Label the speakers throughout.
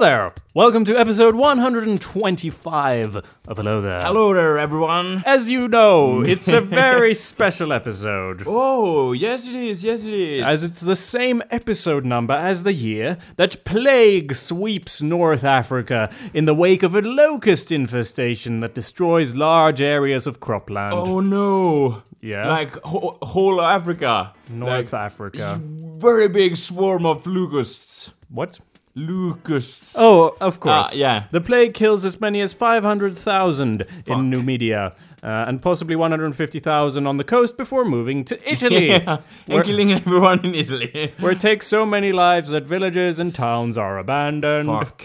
Speaker 1: there. Welcome to episode 125 of Hello There.
Speaker 2: Hello there, everyone.
Speaker 1: As you know, it's a very special episode.
Speaker 2: Oh, yes it is, yes it is.
Speaker 1: As it's the same episode number as the year that plague sweeps North Africa in the wake of a locust infestation that destroys large areas of cropland.
Speaker 2: oh no.
Speaker 1: Yeah.
Speaker 2: Like ho- whole Africa.
Speaker 1: North
Speaker 2: like,
Speaker 1: Africa.
Speaker 2: Very big swarm of locusts.
Speaker 1: What?
Speaker 2: Locusts.
Speaker 1: Oh, of course.
Speaker 2: Ah, yeah.
Speaker 1: The plague kills as many as 500,000 in Numidia uh, and possibly 150,000 on the coast before moving to Italy,
Speaker 2: yeah.
Speaker 1: where,
Speaker 2: And killing everyone in Italy.
Speaker 1: where it takes so many lives that villages and towns are abandoned.
Speaker 2: Fuck.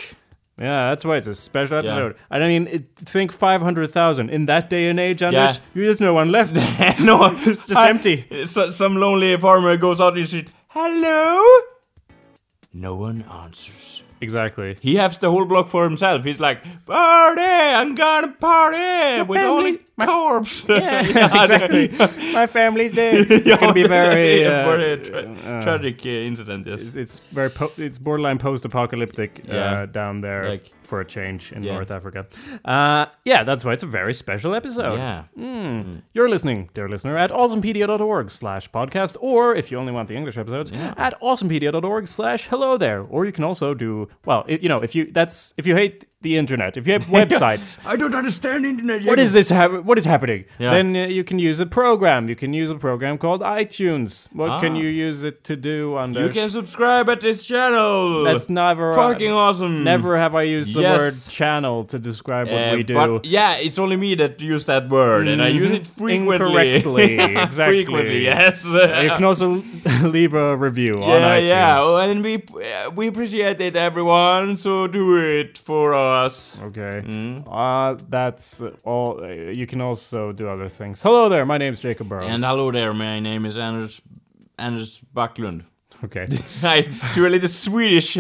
Speaker 1: Yeah, that's why it's a special episode. And I mean, it, think 500,000. In that day and age, Anders,
Speaker 2: Yeah.
Speaker 1: you there's no one left.
Speaker 2: no, it's
Speaker 1: just empty.
Speaker 2: So, some lonely farmer goes out and shit. Hello? No one answers.
Speaker 1: exactly.
Speaker 2: He has the whole block for himself. He's like, party! I'm gonna party
Speaker 1: family-
Speaker 2: with all the corpse.
Speaker 1: Yeah, exactly. My family's dead. It's going to be very.
Speaker 2: Yeah,
Speaker 1: Uh,
Speaker 2: very tra- tragic uh, incident. Yes.
Speaker 1: it's very po- it's borderline post-apocalyptic uh,
Speaker 2: Yeah.
Speaker 1: down there
Speaker 2: Like-
Speaker 1: for a change in
Speaker 2: Yeah.
Speaker 1: North Africa. Uh, yeah, that's why it's a very special episode.
Speaker 2: Yeah.
Speaker 1: You're listening, dear listener, at awesomepedia.org slash podcast, or if you only want the English episodes, at awesomepedia.org slash hello there. Or you can also do well, i you know, if you that's if you hate the internet, if you have websites.
Speaker 2: I don't understand internet.
Speaker 1: What is this? hap what is happening?
Speaker 2: Yeah.
Speaker 1: Then uh, you can use a program. You can use a program called iTunes. What can
Speaker 2: Ah.
Speaker 1: you use it to do? Under
Speaker 2: You can subscribe at this channel.
Speaker 1: That's never-
Speaker 2: fucking awesome.
Speaker 1: Never have I used the
Speaker 2: Mm. Yes.
Speaker 1: word channel to describe what
Speaker 2: Uh,
Speaker 1: we do.
Speaker 2: But yeah, it's only me that use that word, and I use it
Speaker 1: Mm-hmm.
Speaker 2: frequently.
Speaker 1: Incorrectly, exactly.
Speaker 2: frequently, yes.
Speaker 1: you can also leave a review on
Speaker 2: yeah,
Speaker 1: iTunes.
Speaker 2: yeah. Oh, and we uh, we appreciate it, everyone. So do it for us.
Speaker 1: Okay.
Speaker 2: mm.
Speaker 1: Uh, that's all. uh, You can also do other things. Hello there. My name's Jacob Burrows.
Speaker 2: And hello there, my name is Anders Anders Backlund.
Speaker 1: okay.
Speaker 2: I do a little Swedish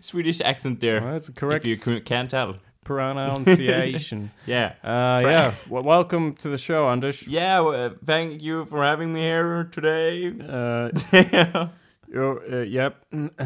Speaker 2: Swedish accent there.
Speaker 1: Well, that's a correct.
Speaker 2: If you cou- can't tell.
Speaker 1: Pronunciation.
Speaker 2: Yeah.
Speaker 1: Uh, yeah. W- welcome to the show, Anders.
Speaker 2: yeah, well, uh, thank you for having me here today.
Speaker 1: Uh, you're- uh, yep.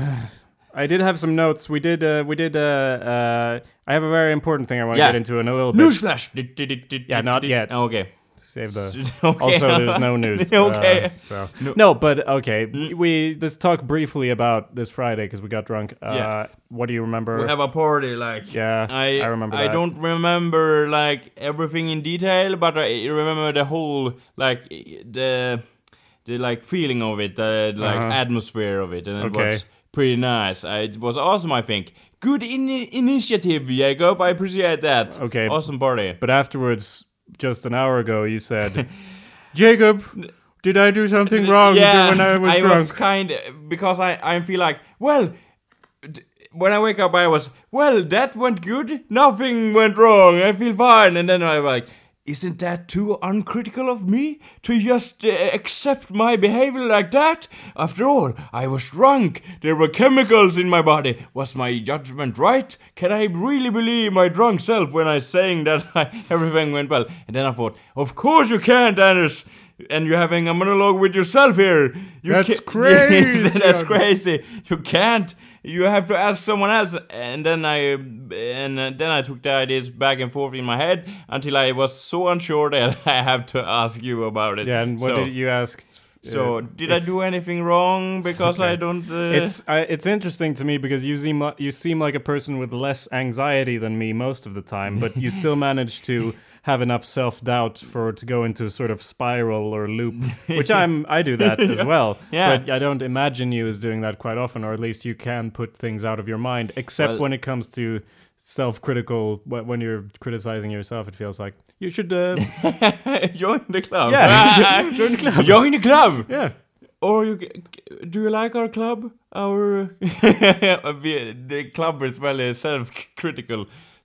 Speaker 1: I did have some notes. We did. Uh, we did. Uh, uh, I have a very important thing I want to
Speaker 2: Yeah.
Speaker 1: get into in a little bit.
Speaker 2: Newsflash!
Speaker 1: Yeah, not yet.
Speaker 2: Oh, okay.
Speaker 1: Save the.
Speaker 2: Okay.
Speaker 1: Also, there's no news.
Speaker 2: Okay. Mm.
Speaker 1: uh, so no. but okay. We let's talk briefly about this Friday because we got drunk. Uh,
Speaker 2: Yeah.
Speaker 1: What do you remember?
Speaker 2: We have a party, like.
Speaker 1: yeah,
Speaker 2: I,
Speaker 1: I remember.
Speaker 2: I
Speaker 1: that.
Speaker 2: don't remember like everything in detail, but I remember the whole like the the like feeling of it, the like
Speaker 1: Uh-huh.
Speaker 2: atmosphere of it, and it
Speaker 1: Okay.
Speaker 2: was pretty nice. I, it was awesome, I think. Good in- initiative, Jacob. I appreciate that.
Speaker 1: Okay.
Speaker 2: awesome party.
Speaker 1: But afterwards, just an hour ago, you said, Jacob, did I do something wrong
Speaker 2: yeah,
Speaker 1: when I was
Speaker 2: I
Speaker 1: drunk?
Speaker 2: was kind because I I feel like well. d- When I wake up, I was well. That went good. Nothing went wrong. I feel fine. And then I was like, isn't that too uncritical of me to just uh, accept my behavior like that? After all, I was drunk. There were chemicals in my body. Was my judgment right? Can I really believe my drunk self when I saying that I, everything went well? And then I thought, of course you can't, Anders and you're having a monologue with yourself here. You
Speaker 1: That's
Speaker 2: ca-
Speaker 1: crazy.
Speaker 2: That's crazy. You can't. You have to ask someone else. And then I and then I took the ideas back and forth in my head until I was so unsure that I have to ask you about it.
Speaker 1: yeah, and what
Speaker 2: so,
Speaker 1: did you ask? uh,
Speaker 2: So did I
Speaker 1: if-
Speaker 2: do anything wrong? Because I don't. Uh,
Speaker 1: It's I, it's interesting to me because you seem you seem like a person with less anxiety than me most of the time, but you still manage to have enough self doubt for it to go into a sort of spiral or loop, which I'm I do that as well.
Speaker 2: Yeah.
Speaker 1: But I don't imagine you as doing that quite often, or at least you can put things out of your mind, except
Speaker 2: Well-
Speaker 1: when it comes to self-critical wh- when you're criticizing yourself it feels like you should uh,
Speaker 2: join the club.
Speaker 1: yeah join the club
Speaker 2: join the club.
Speaker 1: yeah
Speaker 2: Or Oh, you c- c- do you like our club? Our the the club is very self-critical,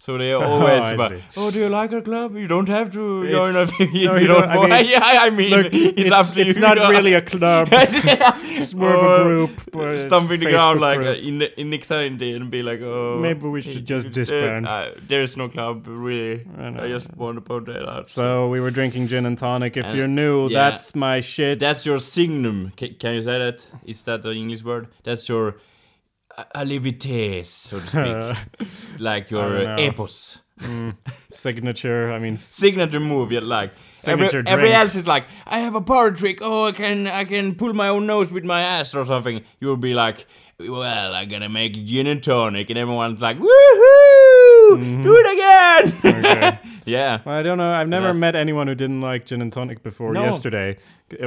Speaker 2: so they are always.
Speaker 1: I
Speaker 2: about,
Speaker 1: see.
Speaker 2: oh, do you like our club? You don't have to join
Speaker 1: It's-
Speaker 2: us if you,
Speaker 1: no,
Speaker 2: you
Speaker 1: you
Speaker 2: don't.
Speaker 1: don't- I
Speaker 2: want-
Speaker 1: mean,
Speaker 2: yeah, I mean,
Speaker 1: Look,
Speaker 2: it's, up to
Speaker 1: it's
Speaker 2: you.
Speaker 1: not really a club
Speaker 2: it's
Speaker 1: more of a group or a
Speaker 2: Stomping the
Speaker 1: Facebook
Speaker 2: ground like
Speaker 1: group.
Speaker 2: uh, in the in anxiety and be like, oh,
Speaker 1: Maybe we should just
Speaker 2: uh,
Speaker 1: disband.
Speaker 2: Uh, there is no club really.
Speaker 1: I know.
Speaker 2: I, just want to point that out.
Speaker 1: So we were drinking gin and tonic. If
Speaker 2: And-
Speaker 1: you're new,
Speaker 2: yeah.
Speaker 1: that's my shit.
Speaker 2: That's your signum. Ca can you say that? Is that the English word? That's your alivitez, so to speak, like your
Speaker 1: don't know.
Speaker 2: epos
Speaker 1: Signature. I mean, s-
Speaker 2: signature move. You're like
Speaker 1: Signature
Speaker 2: every, every
Speaker 1: drink.
Speaker 2: else is like, I have a power trick. Oh, I can I can pull my own nose with my ass or something. You'll be like, well, I'm gonna make gin and tonic, and everyone's like, woohoo, do it again.
Speaker 1: Mm-hmm. okay.
Speaker 2: yeah.
Speaker 1: I don't know. I've never
Speaker 2: that's-
Speaker 1: met anyone who didn't like gin and tonic before
Speaker 2: No.
Speaker 1: yesterday,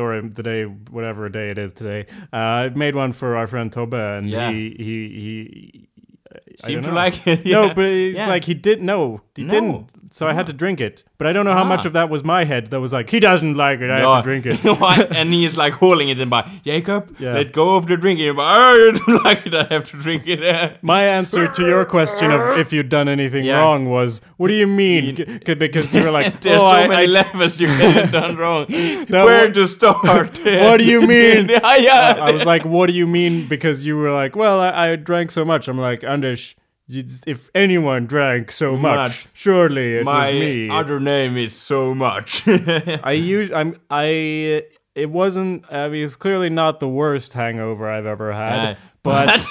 Speaker 1: or the day, whatever day it is today. Uh, I made one for our friend Tobe, and
Speaker 2: Yeah.
Speaker 1: he he he I
Speaker 2: Seem
Speaker 1: don't
Speaker 2: to
Speaker 1: know.
Speaker 2: like it.
Speaker 1: No,
Speaker 2: Yeah.
Speaker 1: but it's
Speaker 2: Yeah.
Speaker 1: like he didn't. No, he
Speaker 2: No.
Speaker 1: didn't. So I had to drink it. But I don't know how much
Speaker 2: Ah.
Speaker 1: of that was my head that was like, he doesn't like it. I have to drink it.
Speaker 2: Why- and he is like holding it and by Jacob,
Speaker 1: Yeah.
Speaker 2: let go of the drink. And you're like, oh, you don't like it, I have to drink it.
Speaker 1: My answer to your question of if you'd done anything
Speaker 2: Yeah.
Speaker 1: wrong was, what do you mean? C- c- because you were like,
Speaker 2: There's
Speaker 1: oh,
Speaker 2: so
Speaker 1: I,
Speaker 2: many
Speaker 1: I-
Speaker 2: levels you can have done wrong.
Speaker 1: No,
Speaker 2: Where
Speaker 1: what-
Speaker 2: to start?
Speaker 1: What do you mean?
Speaker 2: yeah, yeah.
Speaker 1: I was like, what do you mean? Because you were like, well, I, I drank so much. I'm like, Anders, you, if anyone drank so much,
Speaker 2: Much.
Speaker 1: surely it
Speaker 2: My
Speaker 1: was me.
Speaker 2: other name is so much.
Speaker 1: I use I'm I it wasn't I mean it's clearly not the worst hangover I've ever had.
Speaker 2: Uh,
Speaker 1: but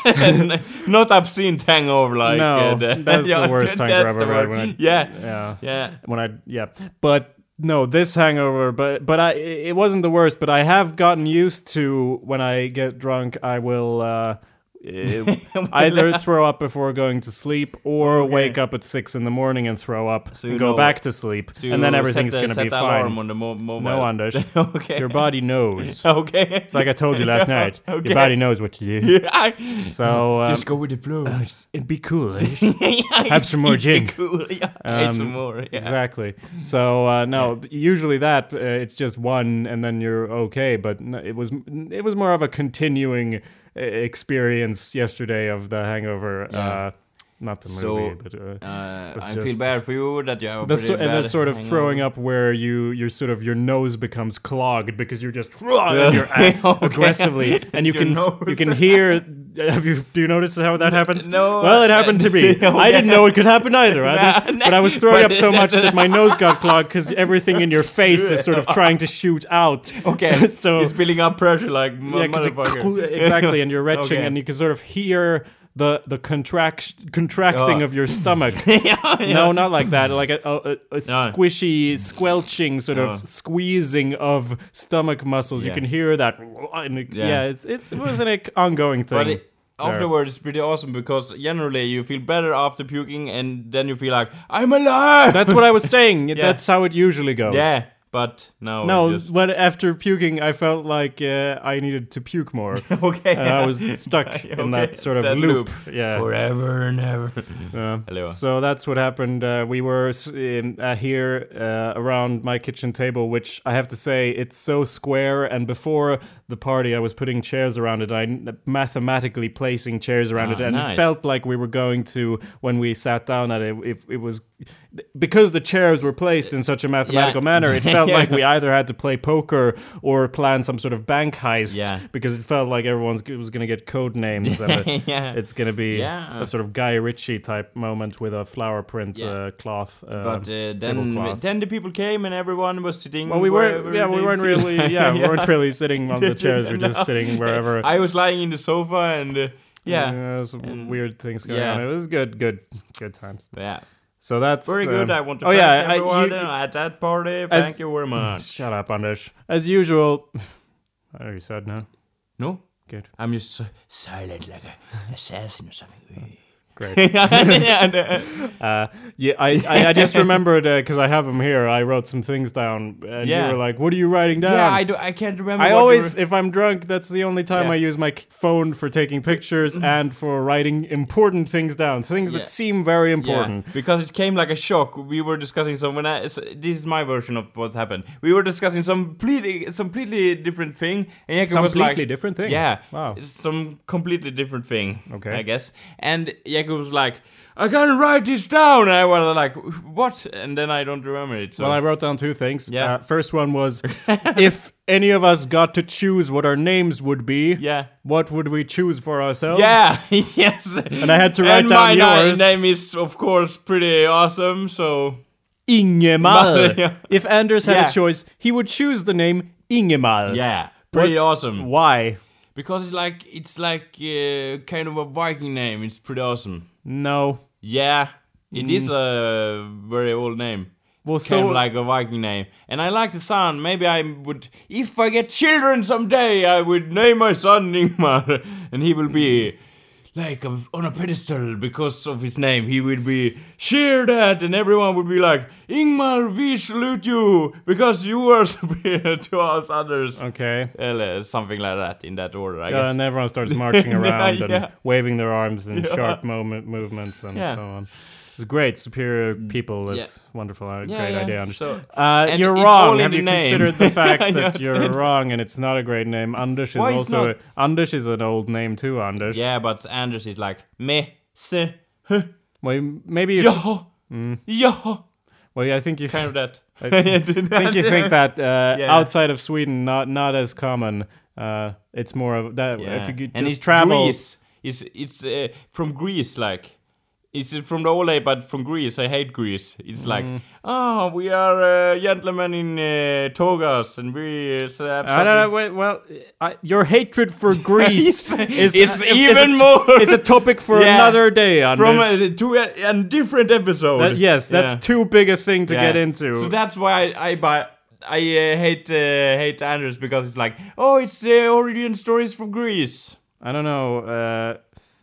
Speaker 2: not obscene hangover like
Speaker 1: No,
Speaker 2: uh, the-
Speaker 1: that's the worst hangover
Speaker 2: that- that's the
Speaker 1: I've ever
Speaker 2: word.
Speaker 1: had when I-
Speaker 2: yeah,
Speaker 1: yeah.
Speaker 2: yeah.
Speaker 1: When I yeah. But no, this hangover, but but I it wasn't the worst, but I have gotten used to when I get drunk I will uh eh, either throw up before going to sleep or wake up at six in the morning and throw up
Speaker 2: you
Speaker 1: and go
Speaker 2: know-
Speaker 1: back to sleep
Speaker 2: So
Speaker 1: and then
Speaker 2: you
Speaker 1: everything's
Speaker 2: set the-
Speaker 1: gonna
Speaker 2: set
Speaker 1: be
Speaker 2: the
Speaker 1: fine
Speaker 2: Alarm on the mo- mobile.
Speaker 1: no anders
Speaker 2: okay.
Speaker 1: your body knows
Speaker 2: okay.
Speaker 1: it's like i told you last night
Speaker 2: Okay.
Speaker 1: your body knows what to do
Speaker 2: I-
Speaker 1: so um,
Speaker 2: Just go with the flow.
Speaker 1: It'd be cool. eh?
Speaker 2: Yeah,
Speaker 1: Have some more
Speaker 2: it'd be
Speaker 1: gin. Um,
Speaker 2: Cool. Yeah, have some more. Yeah.
Speaker 1: Exactly. So uh, no, b- usually that uh, it's just one, and then you're okay. But n- it was it was more of a continuing uh, experience yesterday of the hangover. Uh, not the movie,
Speaker 2: So,
Speaker 1: but uh,
Speaker 2: Uh,
Speaker 1: It's
Speaker 2: I
Speaker 1: just-
Speaker 2: feel bad for you that you have a
Speaker 1: the,
Speaker 2: pretty
Speaker 1: so- and the
Speaker 2: bad
Speaker 1: sort of
Speaker 2: hangover.
Speaker 1: throwing up where you your sort of your nose becomes clogged because you're just and you're
Speaker 2: Yeah.
Speaker 1: act
Speaker 2: Okay.
Speaker 1: aggressively, and you
Speaker 2: Your
Speaker 1: can
Speaker 2: nose.
Speaker 1: you can hear. Have you do you notice how that happens?
Speaker 2: No. Oh,
Speaker 1: Well, it happened to me.
Speaker 2: Yeah,
Speaker 1: I didn't
Speaker 2: okay.
Speaker 1: know it could happen either, I
Speaker 2: Nah,
Speaker 1: but I was throwing
Speaker 2: but-
Speaker 1: up so much that my nose got clogged because everything in your face is sort of trying to shoot out.
Speaker 2: Okay,
Speaker 1: So-
Speaker 2: so it's building up pressure like m-
Speaker 1: Yeah, 'cause it
Speaker 2: motherfucker.
Speaker 1: exactly, and you're retching,
Speaker 2: Okay.
Speaker 1: and you can sort of hear the the contraction contracting
Speaker 2: Oh.
Speaker 1: of your stomach. No, not like that. Like a, a, a- a squishy, squelching sort of squeezing of stomach muscles. You
Speaker 2: Oh. Yeah.
Speaker 1: can hear that. And it- yeah,
Speaker 2: Yeah.
Speaker 1: it's, it's it was an ec- ongoing thing.
Speaker 2: But it, afterwards, it's pretty awesome because generally you feel better after puking, and then you feel like I'm alive.
Speaker 1: That's what I was saying. That's how it usually goes.
Speaker 2: yeah, but no,
Speaker 1: No, uh,
Speaker 2: just,
Speaker 1: when after puking, I felt like uh, I needed to puke more.
Speaker 2: okay.
Speaker 1: And I was stuck in that sort of
Speaker 2: That
Speaker 1: loop.
Speaker 2: loop.
Speaker 1: Yeah.
Speaker 2: forever and ever. Hello.
Speaker 1: So that's what happened. Uh, we were s- in, uh, here uh, around my kitchen table, which I have to say it's so square. And before the party, I was putting chairs around it. I n- mathematically placing chairs around it, and it
Speaker 2: Ah, nice.
Speaker 1: felt like we were going to when we sat down at it. If it was because the chairs were placed in such a mathematical manner, it felt like we either had to play poker or plan some sort of bank heist.
Speaker 2: Yeah.
Speaker 1: Because it felt like everyone's g- was going to get code names. and it-
Speaker 2: Yeah.
Speaker 1: It's going to be
Speaker 2: Yeah.
Speaker 1: a sort of Guy Ritchie type moment with a flower print uh, cloth. Uh,
Speaker 2: But uh, then,
Speaker 1: tablecloth.
Speaker 2: then the people came and everyone was sitting.
Speaker 1: well, we
Speaker 2: wherever
Speaker 1: weren't. Yeah, we
Speaker 2: they
Speaker 1: weren't
Speaker 2: feel
Speaker 1: really.
Speaker 2: like.
Speaker 1: Yeah, we weren't really sitting on the chairs. We're just
Speaker 2: No.
Speaker 1: sitting wherever.
Speaker 2: I was lying in the sofa and uh, yeah, Mm.
Speaker 1: Uh, some weird things going
Speaker 2: yeah.
Speaker 1: on. It was good, good, good times.
Speaker 2: yeah,
Speaker 1: So that's
Speaker 2: very good.
Speaker 1: um,
Speaker 2: I want to
Speaker 1: oh
Speaker 2: thank
Speaker 1: yeah, I-
Speaker 2: everyone
Speaker 1: you-
Speaker 2: uh, at that party. Thank
Speaker 1: As-
Speaker 2: you very much.
Speaker 1: shut up, Anders. As usual. I already said no.
Speaker 2: no,
Speaker 1: Good.
Speaker 2: I'm just uh, silent like a assassin or something.
Speaker 1: Great.
Speaker 2: And, uh,
Speaker 1: Uh, yeah, I, I, I just remembered because I have them here. I wrote some things down, and
Speaker 2: Yeah.
Speaker 1: you were like, "What are you writing down?"
Speaker 2: yeah, I do. I can't remember.
Speaker 1: I
Speaker 2: what you
Speaker 1: always,
Speaker 2: were-
Speaker 1: if I'm drunk, that's the only time
Speaker 2: Yeah. Mm.
Speaker 1: I use my c- phone for taking pictures and for writing important things down, things
Speaker 2: Yeah.
Speaker 1: that seem very
Speaker 2: Yeah,
Speaker 1: important.
Speaker 2: because it came like a shock. We were discussing some. When I, s- this is my version of what happened. We were discussing some completely, completely different thing, and Jacob was like,
Speaker 1: Completely different thing.
Speaker 2: Yeah.
Speaker 1: Wow.
Speaker 2: Some completely different thing.
Speaker 1: Okay.
Speaker 2: I guess. And Jacob was like, I gotta write this down. And I was like, what? And then I don't remember it. So
Speaker 1: Well, I wrote down two things.
Speaker 2: Yeah.
Speaker 1: Uh, first one was if any of us got to choose what our names would be,
Speaker 2: yeah.
Speaker 1: what would we choose for ourselves?
Speaker 2: Yeah. yes. And
Speaker 1: I had to write down
Speaker 2: my ni-
Speaker 1: yours.
Speaker 2: name is of course pretty awesome. So
Speaker 1: Ingemar.
Speaker 2: Yeah.
Speaker 1: If Anders had
Speaker 2: Yeah.
Speaker 1: a choice, he would choose the name Ingemar.
Speaker 2: yeah, pretty awesome.
Speaker 1: Why?
Speaker 2: because it's like it's like uh, kind of a Viking name. It's pretty awesome.
Speaker 1: No.
Speaker 2: Yeah, it is a very old name.
Speaker 1: Mm. Well,
Speaker 2: kind
Speaker 1: so
Speaker 2: of like a Viking name, and I like the sound. Maybe I would, if I get children someday, I would name my son Ingmar, and he will
Speaker 1: Mm.
Speaker 2: be like a, on a pedestal because of his name. He will be cheered at, and everyone would be like, "Ingmar, we salute you because you are superior to us others."
Speaker 1: okay.
Speaker 2: Eller something like that in that order, I
Speaker 1: Yeah,
Speaker 2: guess.
Speaker 1: Uh, and everyone starts marching around
Speaker 2: yeah.
Speaker 1: and waving their arms in sharp moment movements and
Speaker 2: Yeah. Mm,
Speaker 1: so on. It's great. Superior people. That's wonderful. uh,
Speaker 2: Yeah,
Speaker 1: great
Speaker 2: yeah,
Speaker 1: idea. Anders.
Speaker 2: so-
Speaker 1: uh,
Speaker 2: and
Speaker 1: you're
Speaker 2: it's all
Speaker 1: wrong.
Speaker 2: in
Speaker 1: Have
Speaker 2: the
Speaker 1: you
Speaker 2: name.
Speaker 1: considered the fact that
Speaker 2: Yeah.
Speaker 1: you're wrong and it's not a great name? Anders is
Speaker 2: Why it's
Speaker 1: also
Speaker 2: not?
Speaker 1: Anders is an old name too. Anders.
Speaker 2: Yeah, but Anders is like me, se,
Speaker 1: Well, you- maybe. You,
Speaker 2: yeah, yeah,
Speaker 1: Well, I think you.
Speaker 2: kind of that.
Speaker 1: Mm. I think you think that uh,
Speaker 2: Yeah.
Speaker 1: outside of Sweden, not not as common. Uh, it's more of that. If you could
Speaker 2: and
Speaker 1: just
Speaker 2: it's
Speaker 1: travel,
Speaker 2: Greece. It's it's uh, from Greece, like it's uh, from the Ole, but from Greece. I hate Greece. It's
Speaker 1: Mm.
Speaker 2: like, oh, we are uh, gentlemen in uh, togas, and we uh, have
Speaker 1: I don't know. Wait, well, I, your hatred for Greece is,
Speaker 2: is
Speaker 1: a-
Speaker 2: even
Speaker 1: a,
Speaker 2: more-
Speaker 1: It's a topic for
Speaker 2: Yeah.
Speaker 1: another day, Anders.
Speaker 2: from a, to a, a different episode.
Speaker 1: That- yes, that's
Speaker 2: Yeah.
Speaker 1: too big a thing to
Speaker 2: Yeah.
Speaker 1: get into.
Speaker 2: So that's why I, I buy. I uh, hate uh, hate Anders because it's like, oh, it's uh, origin stories from Greece.
Speaker 1: I don't know. Uh,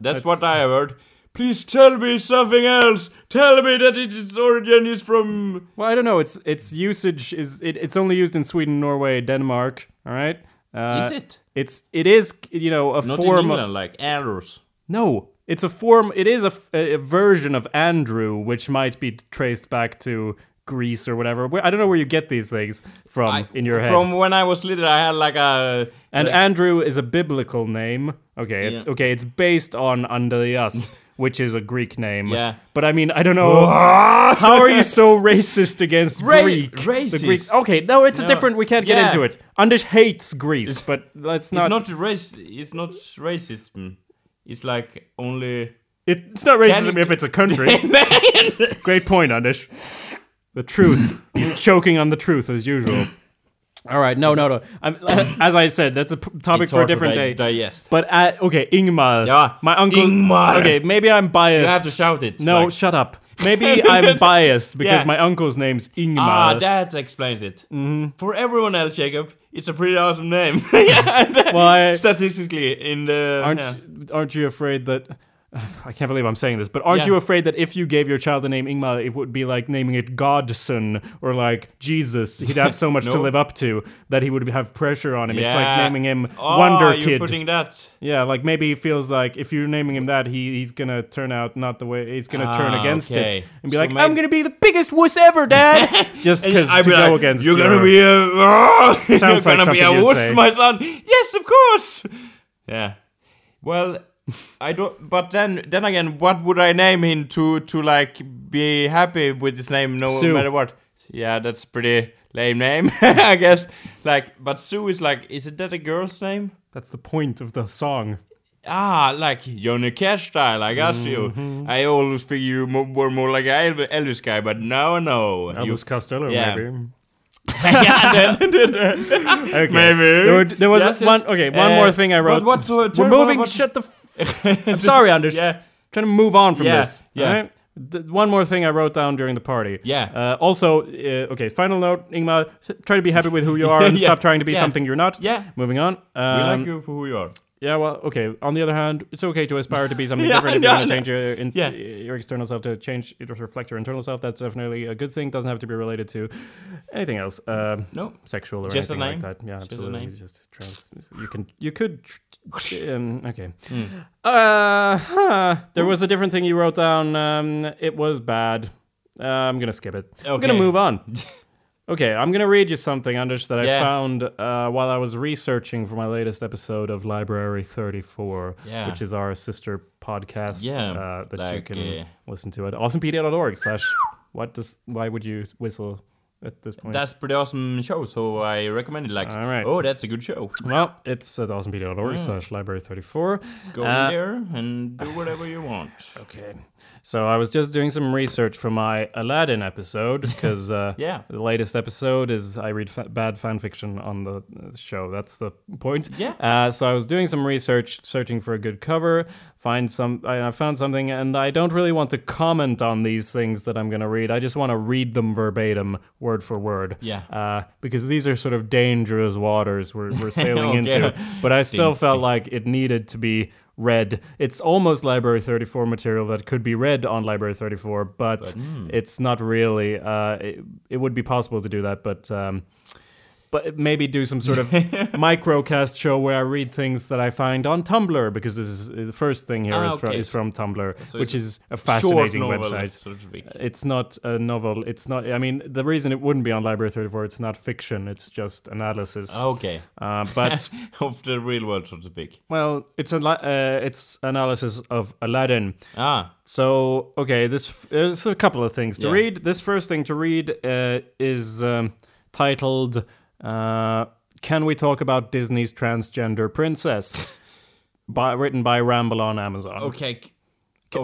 Speaker 2: That's,
Speaker 1: That's-
Speaker 2: what I have heard. Please tell me something else. Tell me that it- its origin is from.
Speaker 1: well, I don't know. It's its usage is it, it's only used in Sweden, Norway, Denmark. All right. Uh,
Speaker 2: it
Speaker 1: It's it is you know a
Speaker 2: not
Speaker 1: form.
Speaker 2: in
Speaker 1: of-
Speaker 2: England like Anders?
Speaker 1: No, it's a form. It is a, f- a- a version of Andrew, which might be traced back to Greece or whatever. Where, I don't know where you get these things from in your head.
Speaker 2: From when I was little, I had like a.
Speaker 1: and Andrew is a biblical name. Okay, it's
Speaker 2: Yeah.
Speaker 1: okay. It's based on Andreas, which is a Greek name.
Speaker 2: Yeah.
Speaker 1: but I mean, I don't know. How are you so racist against
Speaker 2: Ra-
Speaker 1: Greek? The
Speaker 2: racist.
Speaker 1: Okay, no, it's a
Speaker 2: No.
Speaker 1: different. We can't get
Speaker 2: Yeah.
Speaker 1: into it. Anders hates Greece, but let's
Speaker 2: It's
Speaker 1: not.
Speaker 2: not race. It's not racism. It's like only.
Speaker 1: It, it's not racism
Speaker 2: you-
Speaker 1: if it's a country. Great point, Anders. The truth. He's choking on the truth as usual. All right, no, no, no. I'm, as I said, that's a p- topic
Speaker 2: It's
Speaker 1: for a
Speaker 2: hard to
Speaker 1: different
Speaker 2: di-
Speaker 1: day.
Speaker 2: digest.
Speaker 1: But uh, okay, Ingmar.
Speaker 2: Yeah,
Speaker 1: my uncle.
Speaker 2: Ingmar.
Speaker 1: Okay, maybe I'm biased.
Speaker 2: You have to shout it.
Speaker 1: No,
Speaker 2: like-
Speaker 1: shut up. Maybe I'm biased because
Speaker 2: Yeah.
Speaker 1: my uncle's name's Ingmar.
Speaker 2: ah, that explains it.
Speaker 1: Mm-hmm.
Speaker 2: For everyone else, Jacob, it's a pretty awesome name. uh,
Speaker 1: Why
Speaker 2: Statistically, in the
Speaker 1: aren't
Speaker 2: yeah.
Speaker 1: aren't you afraid that? I can't believe I'm saying this, but aren't
Speaker 2: Yeah.
Speaker 1: you afraid that if you gave your child the name Ingmar, it would be like naming it Godson or like Jesus? He'd have so much to
Speaker 2: No.
Speaker 1: live up to that he would have pressure on him. It's like
Speaker 2: Yeah.
Speaker 1: naming him
Speaker 2: Oh,
Speaker 1: Wonder
Speaker 2: you're
Speaker 1: Kid.
Speaker 2: putting that.
Speaker 1: Yeah, like maybe he feels like if you're naming him that, he he's gonna turn out not the way he's gonna turn
Speaker 2: Ah,
Speaker 1: against
Speaker 2: okay.
Speaker 1: it and be
Speaker 2: So
Speaker 1: like,
Speaker 2: may-
Speaker 1: I'm gonna be the biggest wuss ever, Dad. Just
Speaker 2: And
Speaker 1: because to
Speaker 2: I'd be
Speaker 1: go
Speaker 2: like,
Speaker 1: against
Speaker 2: You're gonna
Speaker 1: your-
Speaker 2: be a.
Speaker 1: Sounds
Speaker 2: you're
Speaker 1: like
Speaker 2: gonna be
Speaker 1: something
Speaker 2: a
Speaker 1: you'd
Speaker 2: wuss,
Speaker 1: say.
Speaker 2: my son. Yes, of course. Yeah. Well, I don't. But then, then again, what would I name him to? To like be happy with his name, no
Speaker 1: Sue.
Speaker 2: matter what. Yeah, that's pretty lame name, I guess. Like, but Sue is like, isn't that a girl's name?
Speaker 1: That's the point of the song.
Speaker 2: Ah, like Johnny Cash style, I got you.
Speaker 1: Mm-hmm.
Speaker 2: I always figure you mo- were more like an Elvis- Elvis guy, but now I know. You
Speaker 1: Elvis Costello,
Speaker 2: yeah.
Speaker 1: maybe.
Speaker 2: Yeah, then-
Speaker 1: Okay.
Speaker 2: Maybe.
Speaker 1: There, were, there was
Speaker 2: Yes, yes.
Speaker 1: one. Okay, one
Speaker 2: Uh,
Speaker 1: more thing I
Speaker 2: but
Speaker 1: wrote.
Speaker 2: what's, uh,
Speaker 1: We're
Speaker 2: turn- what-
Speaker 1: moving.
Speaker 2: what-
Speaker 1: shut the. F- I'm sorry, Anders.
Speaker 2: Yeah.
Speaker 1: Trying to move on from
Speaker 2: Yeah,
Speaker 1: this.
Speaker 2: yeah.
Speaker 1: alright? Th- one more thing I wrote down during the party.
Speaker 2: Yeah.
Speaker 1: Uh, also, uh, okay. Final note, Ingmar. s- Try to be happy with who you are and
Speaker 2: Yeah,
Speaker 1: stop trying to be
Speaker 2: yeah.
Speaker 1: something you're not.
Speaker 2: Yeah.
Speaker 1: Moving on.
Speaker 2: we
Speaker 1: Um,
Speaker 2: like you for who you are.
Speaker 1: yeah. Well. Okay. On the other hand, it's okay to aspire to be something
Speaker 2: Yeah,
Speaker 1: different. If
Speaker 2: yeah,
Speaker 1: you want to
Speaker 2: yeah.
Speaker 1: change your in,
Speaker 2: Yeah.
Speaker 1: your external self to change it to reflect your internal self, that's definitely a good thing. Doesn't have to be related to anything else. Um,
Speaker 2: No.
Speaker 1: sexual or
Speaker 2: Just a
Speaker 1: anything
Speaker 2: name.
Speaker 1: like that. Yeah,
Speaker 2: Just a
Speaker 1: absolutely.
Speaker 2: name.
Speaker 1: Just trans. You can. You could. tr- Um, okay. Uh, huh. There was a different thing you wrote down. Um, it was bad. Uh, I'm gonna skip it. I'm gonna
Speaker 2: Okay.
Speaker 1: move on. Okay, I'm gonna read you something, Anders, that I
Speaker 2: Yeah.
Speaker 1: found uh, while I was researching for my latest episode of Library 34,
Speaker 2: Yeah.
Speaker 1: which is our sister podcast
Speaker 2: Yeah,
Speaker 1: uh, that you
Speaker 2: like,
Speaker 1: can
Speaker 2: uh,
Speaker 1: listen to at awesomepd.org slash what does why would you whistle at this point.
Speaker 2: That's pretty awesome show, so I recommend it. Like,
Speaker 1: All right.
Speaker 2: oh, that's a good show.
Speaker 1: well, it's at awesomepd.org
Speaker 2: Mm.
Speaker 1: slash library 34.
Speaker 2: Go
Speaker 1: Uh,
Speaker 2: there and do whatever you want.
Speaker 1: Okay. So I was just doing some research for my Aladdin episode because uh,
Speaker 2: Yeah.
Speaker 1: the latest episode is I read fa- bad fan fiction on the uh, show. That's the point.
Speaker 2: Yeah.
Speaker 1: Uh, so I was doing some research, searching for a good cover. Find some. I, I found something, and I don't really want to comment on these things that I'm going to read. I just want to read them verbatim, word for word.
Speaker 2: Yeah.
Speaker 1: Uh, because these are sort of dangerous waters we're, we're sailing
Speaker 2: Okay.
Speaker 1: into but I still felt like it needed to be read. It's almost Library 34 material that could be read on Library 34, but,
Speaker 2: hmm.
Speaker 1: it's not really. Uh, it, it would be possible to do that, but. Um, but maybe do some sort of microcast show where I read things that I find on Tumblr because this is the first thing here is
Speaker 2: Ah,
Speaker 1: from
Speaker 2: okay.
Speaker 1: is from Tumblr, which
Speaker 2: it's
Speaker 1: is a fascinating
Speaker 2: Short novel,
Speaker 1: website.
Speaker 2: So to speak.
Speaker 1: It's not a novel. It's not. I mean, the reason it wouldn't be on Library 34, it's not fiction. It's just analysis.
Speaker 2: Okay.
Speaker 1: Uh, but
Speaker 2: of the real world, so to speak.
Speaker 1: well, it's a li- uh, it's analysis of Aladdin.
Speaker 2: Ah,
Speaker 1: So okay, this f- there's a couple of things to
Speaker 2: Yeah.
Speaker 1: read. This first thing to read uh, is um, titled uh, "Can We Talk About Disney's Transgender Princess?" by written by Ramble on Amazon.
Speaker 2: okay.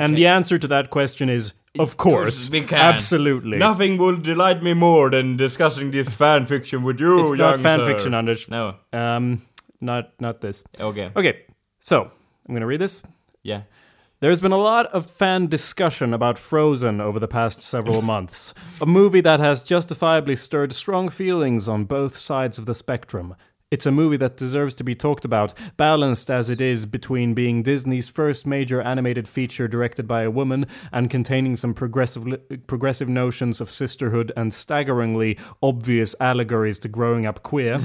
Speaker 1: And the answer to that question is, of course,
Speaker 2: we can.
Speaker 1: absolutely.
Speaker 2: Nothing will delight me more than discussing this fan fiction with you,
Speaker 1: it's not
Speaker 2: young
Speaker 1: fan
Speaker 2: sir.
Speaker 1: fiction, Anders.
Speaker 2: No.
Speaker 1: Um, not not this.
Speaker 2: Okay.
Speaker 1: Okay, so I'm gonna read this.
Speaker 2: Yeah.
Speaker 1: There's been a lot of fan discussion about Frozen over the past several months, a movie that has justifiably stirred strong feelings on both sides of the spectrum. It's a movie that deserves to be talked about, balanced as it is between being Disney's first major animated feature directed by a woman and containing some progressive, progressive notions of sisterhood and staggeringly obvious allegories to growing up queer.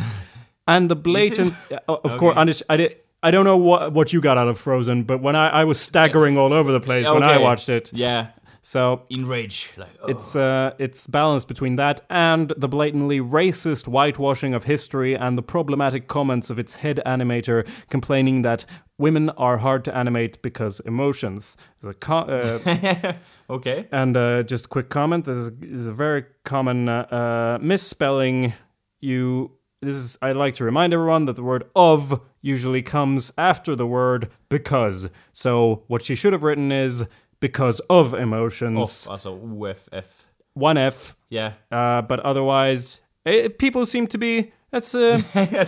Speaker 1: And the blatant, Uh, of course, Anish, I did. I don't know what what you got out of Frozen, but when I, I was staggering all over the place when I
Speaker 2: Okay.
Speaker 1: watched it.
Speaker 2: Yeah.
Speaker 1: So
Speaker 2: Enrage. Like, oh.
Speaker 1: it's uh, it's balanced between that and the blatantly racist whitewashing of history and the problematic comments of its head animator complaining that women are hard to animate because emotions. There's a co- uh,
Speaker 2: okay.
Speaker 1: and uh, just a quick comment. This is, is a very common uh, uh, misspelling. You this is. I'd like to remind everyone that the word "of" usually comes after the word "because." So what she should have written is "because of emotions."
Speaker 2: Also, UFF.
Speaker 1: One F,
Speaker 2: Yeah.
Speaker 1: uh, but otherwise, eh, people seem to be. That's uh,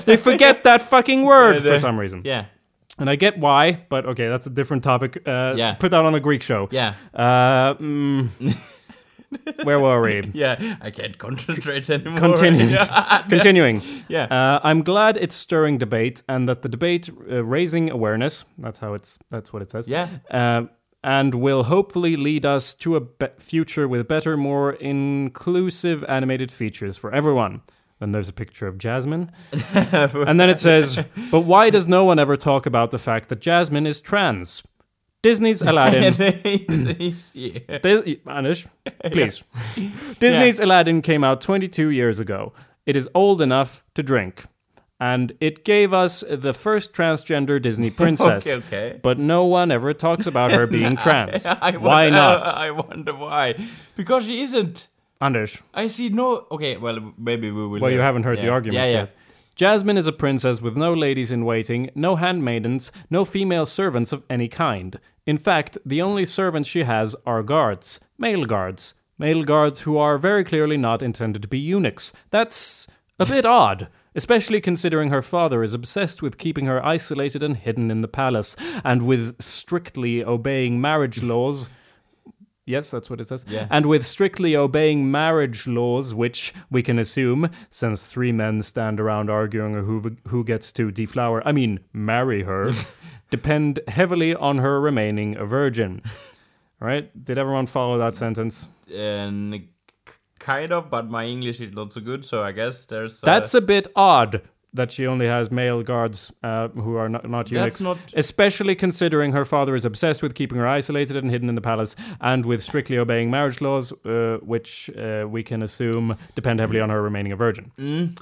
Speaker 1: they forget that fucking word
Speaker 2: they-
Speaker 1: for some reason,
Speaker 2: Yeah.
Speaker 1: and I get why. But okay, that's a different topic. Uh,
Speaker 2: Yeah.
Speaker 1: put that on a Greek show.
Speaker 2: Yeah.
Speaker 1: Uh, mm, where were we?
Speaker 2: Yeah. I can't concentrate anymore.
Speaker 1: Continuing. Continuing.
Speaker 2: Yeah.
Speaker 1: Uh, I'm glad it's stirring debate and that the debate uh, raising awareness. That's how it's. That's what it says.
Speaker 2: Yeah.
Speaker 1: Uh, and will hopefully lead us to a be- future with better, more inclusive animated features for everyone. Then there's a picture of Jasmine. and then it says, But why does no one ever talk about the fact that Jasmine is trans? Disney's Aladdin
Speaker 2: yeah.
Speaker 1: Dis- Anish, please. Disney's Aladdin came out 22 years ago. It is old enough to drink. And it gave us the first transgender Disney princess.
Speaker 2: Okay, okay.
Speaker 1: But no one ever talks about her being trans.
Speaker 2: I won-
Speaker 1: Why not?
Speaker 2: I wonder why. Because she isn't.
Speaker 1: Anders,
Speaker 2: I see no. Okay, well, maybe we will.
Speaker 1: well, you haven't heard the
Speaker 2: Yeah.
Speaker 1: arguments
Speaker 2: Yeah, yeah.
Speaker 1: yet. Jasmine is a princess with no ladies in waiting, no handmaidens, no female servants of any kind. In fact, the only servants she has are guards, male guards. Male guards who are very clearly not intended to be eunuchs. That's a bit odd, especially considering her father is obsessed with keeping her isolated and hidden in the palace, and with strictly obeying marriage laws. Yes, that's what it says. And with strictly obeying marriage laws, which we can assume, since three men stand around arguing who who gets to deflower, I mean, marry her, depend heavily on her remaining a virgin. All right? Did everyone follow that sentence?
Speaker 2: And k- kind of, but my English is not so good, so I guess there's. uh,
Speaker 1: That's a bit odd that she only has male guards uh, who are not, not eunuchs.
Speaker 2: not-
Speaker 1: Especially considering her father is obsessed with keeping her isolated and hidden in the palace and with strictly obeying marriage laws, uh, which uh,
Speaker 2: Mm.
Speaker 1: we can assume depend heavily on her remaining a virgin.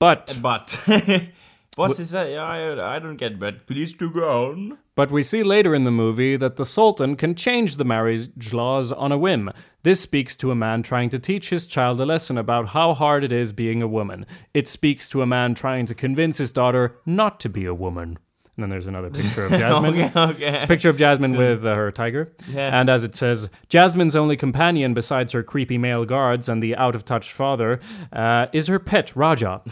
Speaker 1: But
Speaker 2: But What is that? Yeah, I, I don't get that. Please to go on.
Speaker 1: But we see later in the movie that the Sultan can change the marriage laws on a whim. This speaks to a man trying to teach his child a lesson about how hard it is being a woman. It speaks to a man trying to convince his daughter not to be a woman. And then there's another picture of Jasmine.
Speaker 2: Okay, okay.
Speaker 1: It's a picture of Jasmine with uh, her tiger.
Speaker 2: Yeah.
Speaker 1: And as it says, Jasmine's only companion besides her creepy male guards and the out of touch father uh, is her pet, Raja.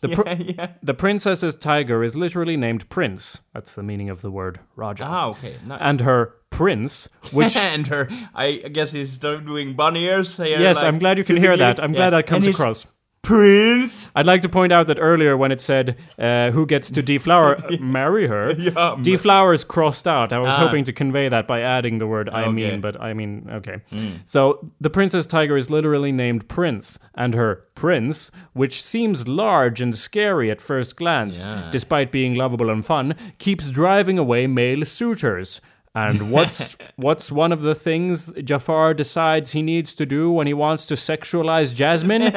Speaker 1: The, pr-
Speaker 2: yeah.
Speaker 1: the princess's tiger is literally named Prince. That's the meaning of the word Raja.
Speaker 2: Ah, okay. Nice.
Speaker 1: And her prince, which
Speaker 2: and her, I guess he's still doing bunny ears. here,
Speaker 1: yes,
Speaker 2: like,
Speaker 1: I'm glad you can hear
Speaker 2: physically.
Speaker 1: that. I'm glad
Speaker 2: Yeah.
Speaker 1: that comes
Speaker 2: And his
Speaker 1: across.
Speaker 2: Prince.
Speaker 1: I'd like to point out that earlier when it said uh, who gets to deflower marry her,
Speaker 2: Yeah.
Speaker 1: deflower is crossed out. I was
Speaker 2: Ah.
Speaker 1: hoping to convey that by adding the word I mean,
Speaker 2: Okay. Hmm.
Speaker 1: but I mean okay. So the princess tiger is literally named Prince, and her prince, which seems large and scary at first glance, despite being lovable and fun, keeps driving away male suitors. And what's what's one of the things Jafar decides he needs to do when he wants to sexualize Jasmine?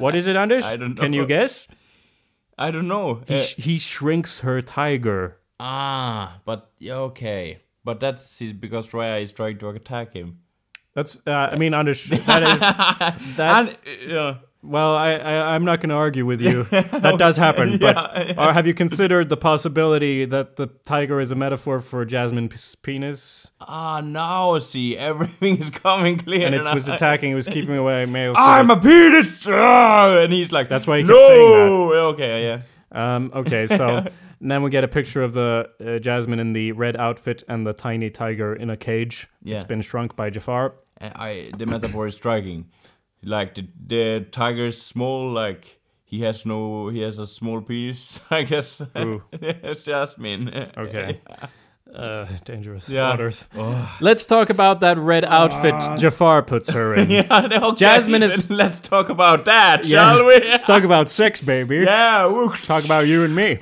Speaker 1: What is it, Anders? I
Speaker 2: don't know.
Speaker 1: Can you guess?
Speaker 2: I don't know.
Speaker 1: He,
Speaker 2: Uh,
Speaker 1: sh- he shrinks her tiger.
Speaker 2: ah, but yeah, okay. But that's his- because Raya is trying to attack him.
Speaker 1: That's. Uh, I mean, Anders. That is. That.
Speaker 2: And uh, yeah,
Speaker 1: well, I, I I'm not going to argue with you. That does happen. But or have you considered the possibility that the tiger is a metaphor for Jasmine's penis,
Speaker 2: ah, now see everything is coming clear.
Speaker 1: and it was
Speaker 2: I-
Speaker 1: attacking, it was keeping away male.
Speaker 2: I'm
Speaker 1: suitors.
Speaker 2: a penis, Ah, and he's like,
Speaker 1: That's why he
Speaker 2: no!
Speaker 1: kept saying
Speaker 2: Okay, yeah.
Speaker 1: um. Okay. So. And then we get a picture of the uh, Jasmine in the red outfit and the tiny tiger in a cage.
Speaker 2: Yeah.
Speaker 1: It's been shrunk by Jafar.
Speaker 2: And I the metaphor is striking. Like the the tiger's small, like he has no, he has a small penis. I guess
Speaker 1: Ooh.
Speaker 2: it's Jasmine.
Speaker 1: Okay. Uh, dangerous
Speaker 2: Yeah. Oh. Uh.
Speaker 1: waters. Let's talk about that red outfit Jafar puts her in.
Speaker 2: okay.
Speaker 1: Jasmine is-
Speaker 2: then Let's talk about that,
Speaker 1: Yeah.
Speaker 2: shall we?
Speaker 1: Let's talk about sex, baby.
Speaker 2: yeah. whoosh.
Speaker 1: Talk about you and me.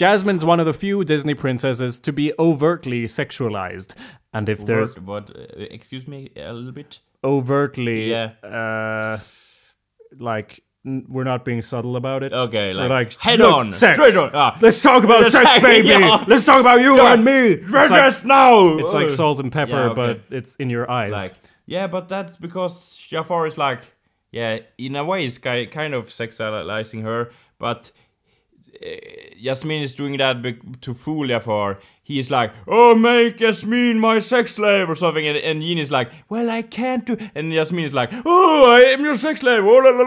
Speaker 1: Jasmine's one of the few Disney princesses to be overtly sexualized. And if there's
Speaker 2: Word, what? uh, excuse me, a little bit.
Speaker 1: overtly,
Speaker 2: Yeah.
Speaker 1: uh, like, n- we're not being subtle about it.
Speaker 2: Okay,
Speaker 1: We're
Speaker 2: like, head
Speaker 1: "Look,
Speaker 2: on,
Speaker 1: sex.
Speaker 2: straight on, ah."
Speaker 1: Let's talk about
Speaker 2: Let's-
Speaker 1: sex, baby.
Speaker 2: Yeah.
Speaker 1: Let's talk about you
Speaker 2: Yeah.
Speaker 1: and me.
Speaker 2: Red
Speaker 1: It's like,
Speaker 2: dress now.
Speaker 1: it's like salt and pepper,
Speaker 2: Yeah, okay.
Speaker 1: but it's in your eyes.
Speaker 2: Like, yeah, but that's because Jafar is like, yeah, in a way, he's ki- kind of sexualizing her, but uh, Yasmin is doing that bec- to fool Jafar. He is like, oh, make Yasmin my sex slave or something, and, and Yin is like, well, I can't do. And Yasmin is like, oh, I am your sex slave, oh la la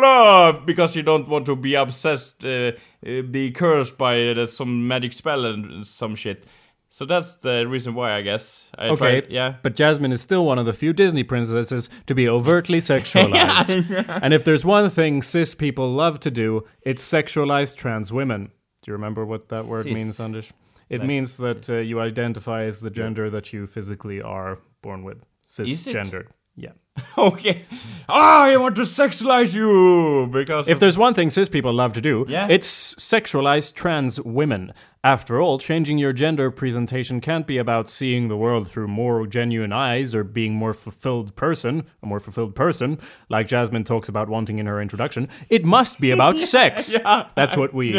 Speaker 2: la, because you don't want to be obsessed, uh, uh, be cursed by uh, some magic spell and some shit. So that's the reason why, I guess. I
Speaker 1: Okay.
Speaker 2: tried- yeah.
Speaker 1: But Jasmine is still one of the few Disney princesses to be overtly sexualized. And if there's one thing cis people love to do, it's sexualize trans women. Do you remember what that word
Speaker 2: Cis.
Speaker 1: means, Anders? It means that uh, you identify as the gender that you physically are born with.
Speaker 2: Is it?
Speaker 1: Cisgendered. Yeah.
Speaker 2: Okay. I want to sexualize you because
Speaker 1: If
Speaker 2: of-
Speaker 1: there's one thing cis people love to do,
Speaker 2: Yeah.
Speaker 1: it's sexualize trans women. After all, changing your gender presentation can't be about seeing the world through more genuine eyes or being more fulfilled person, a more fulfilled person, like Jasmine talks about wanting in her introduction. It must be about sex. That's what we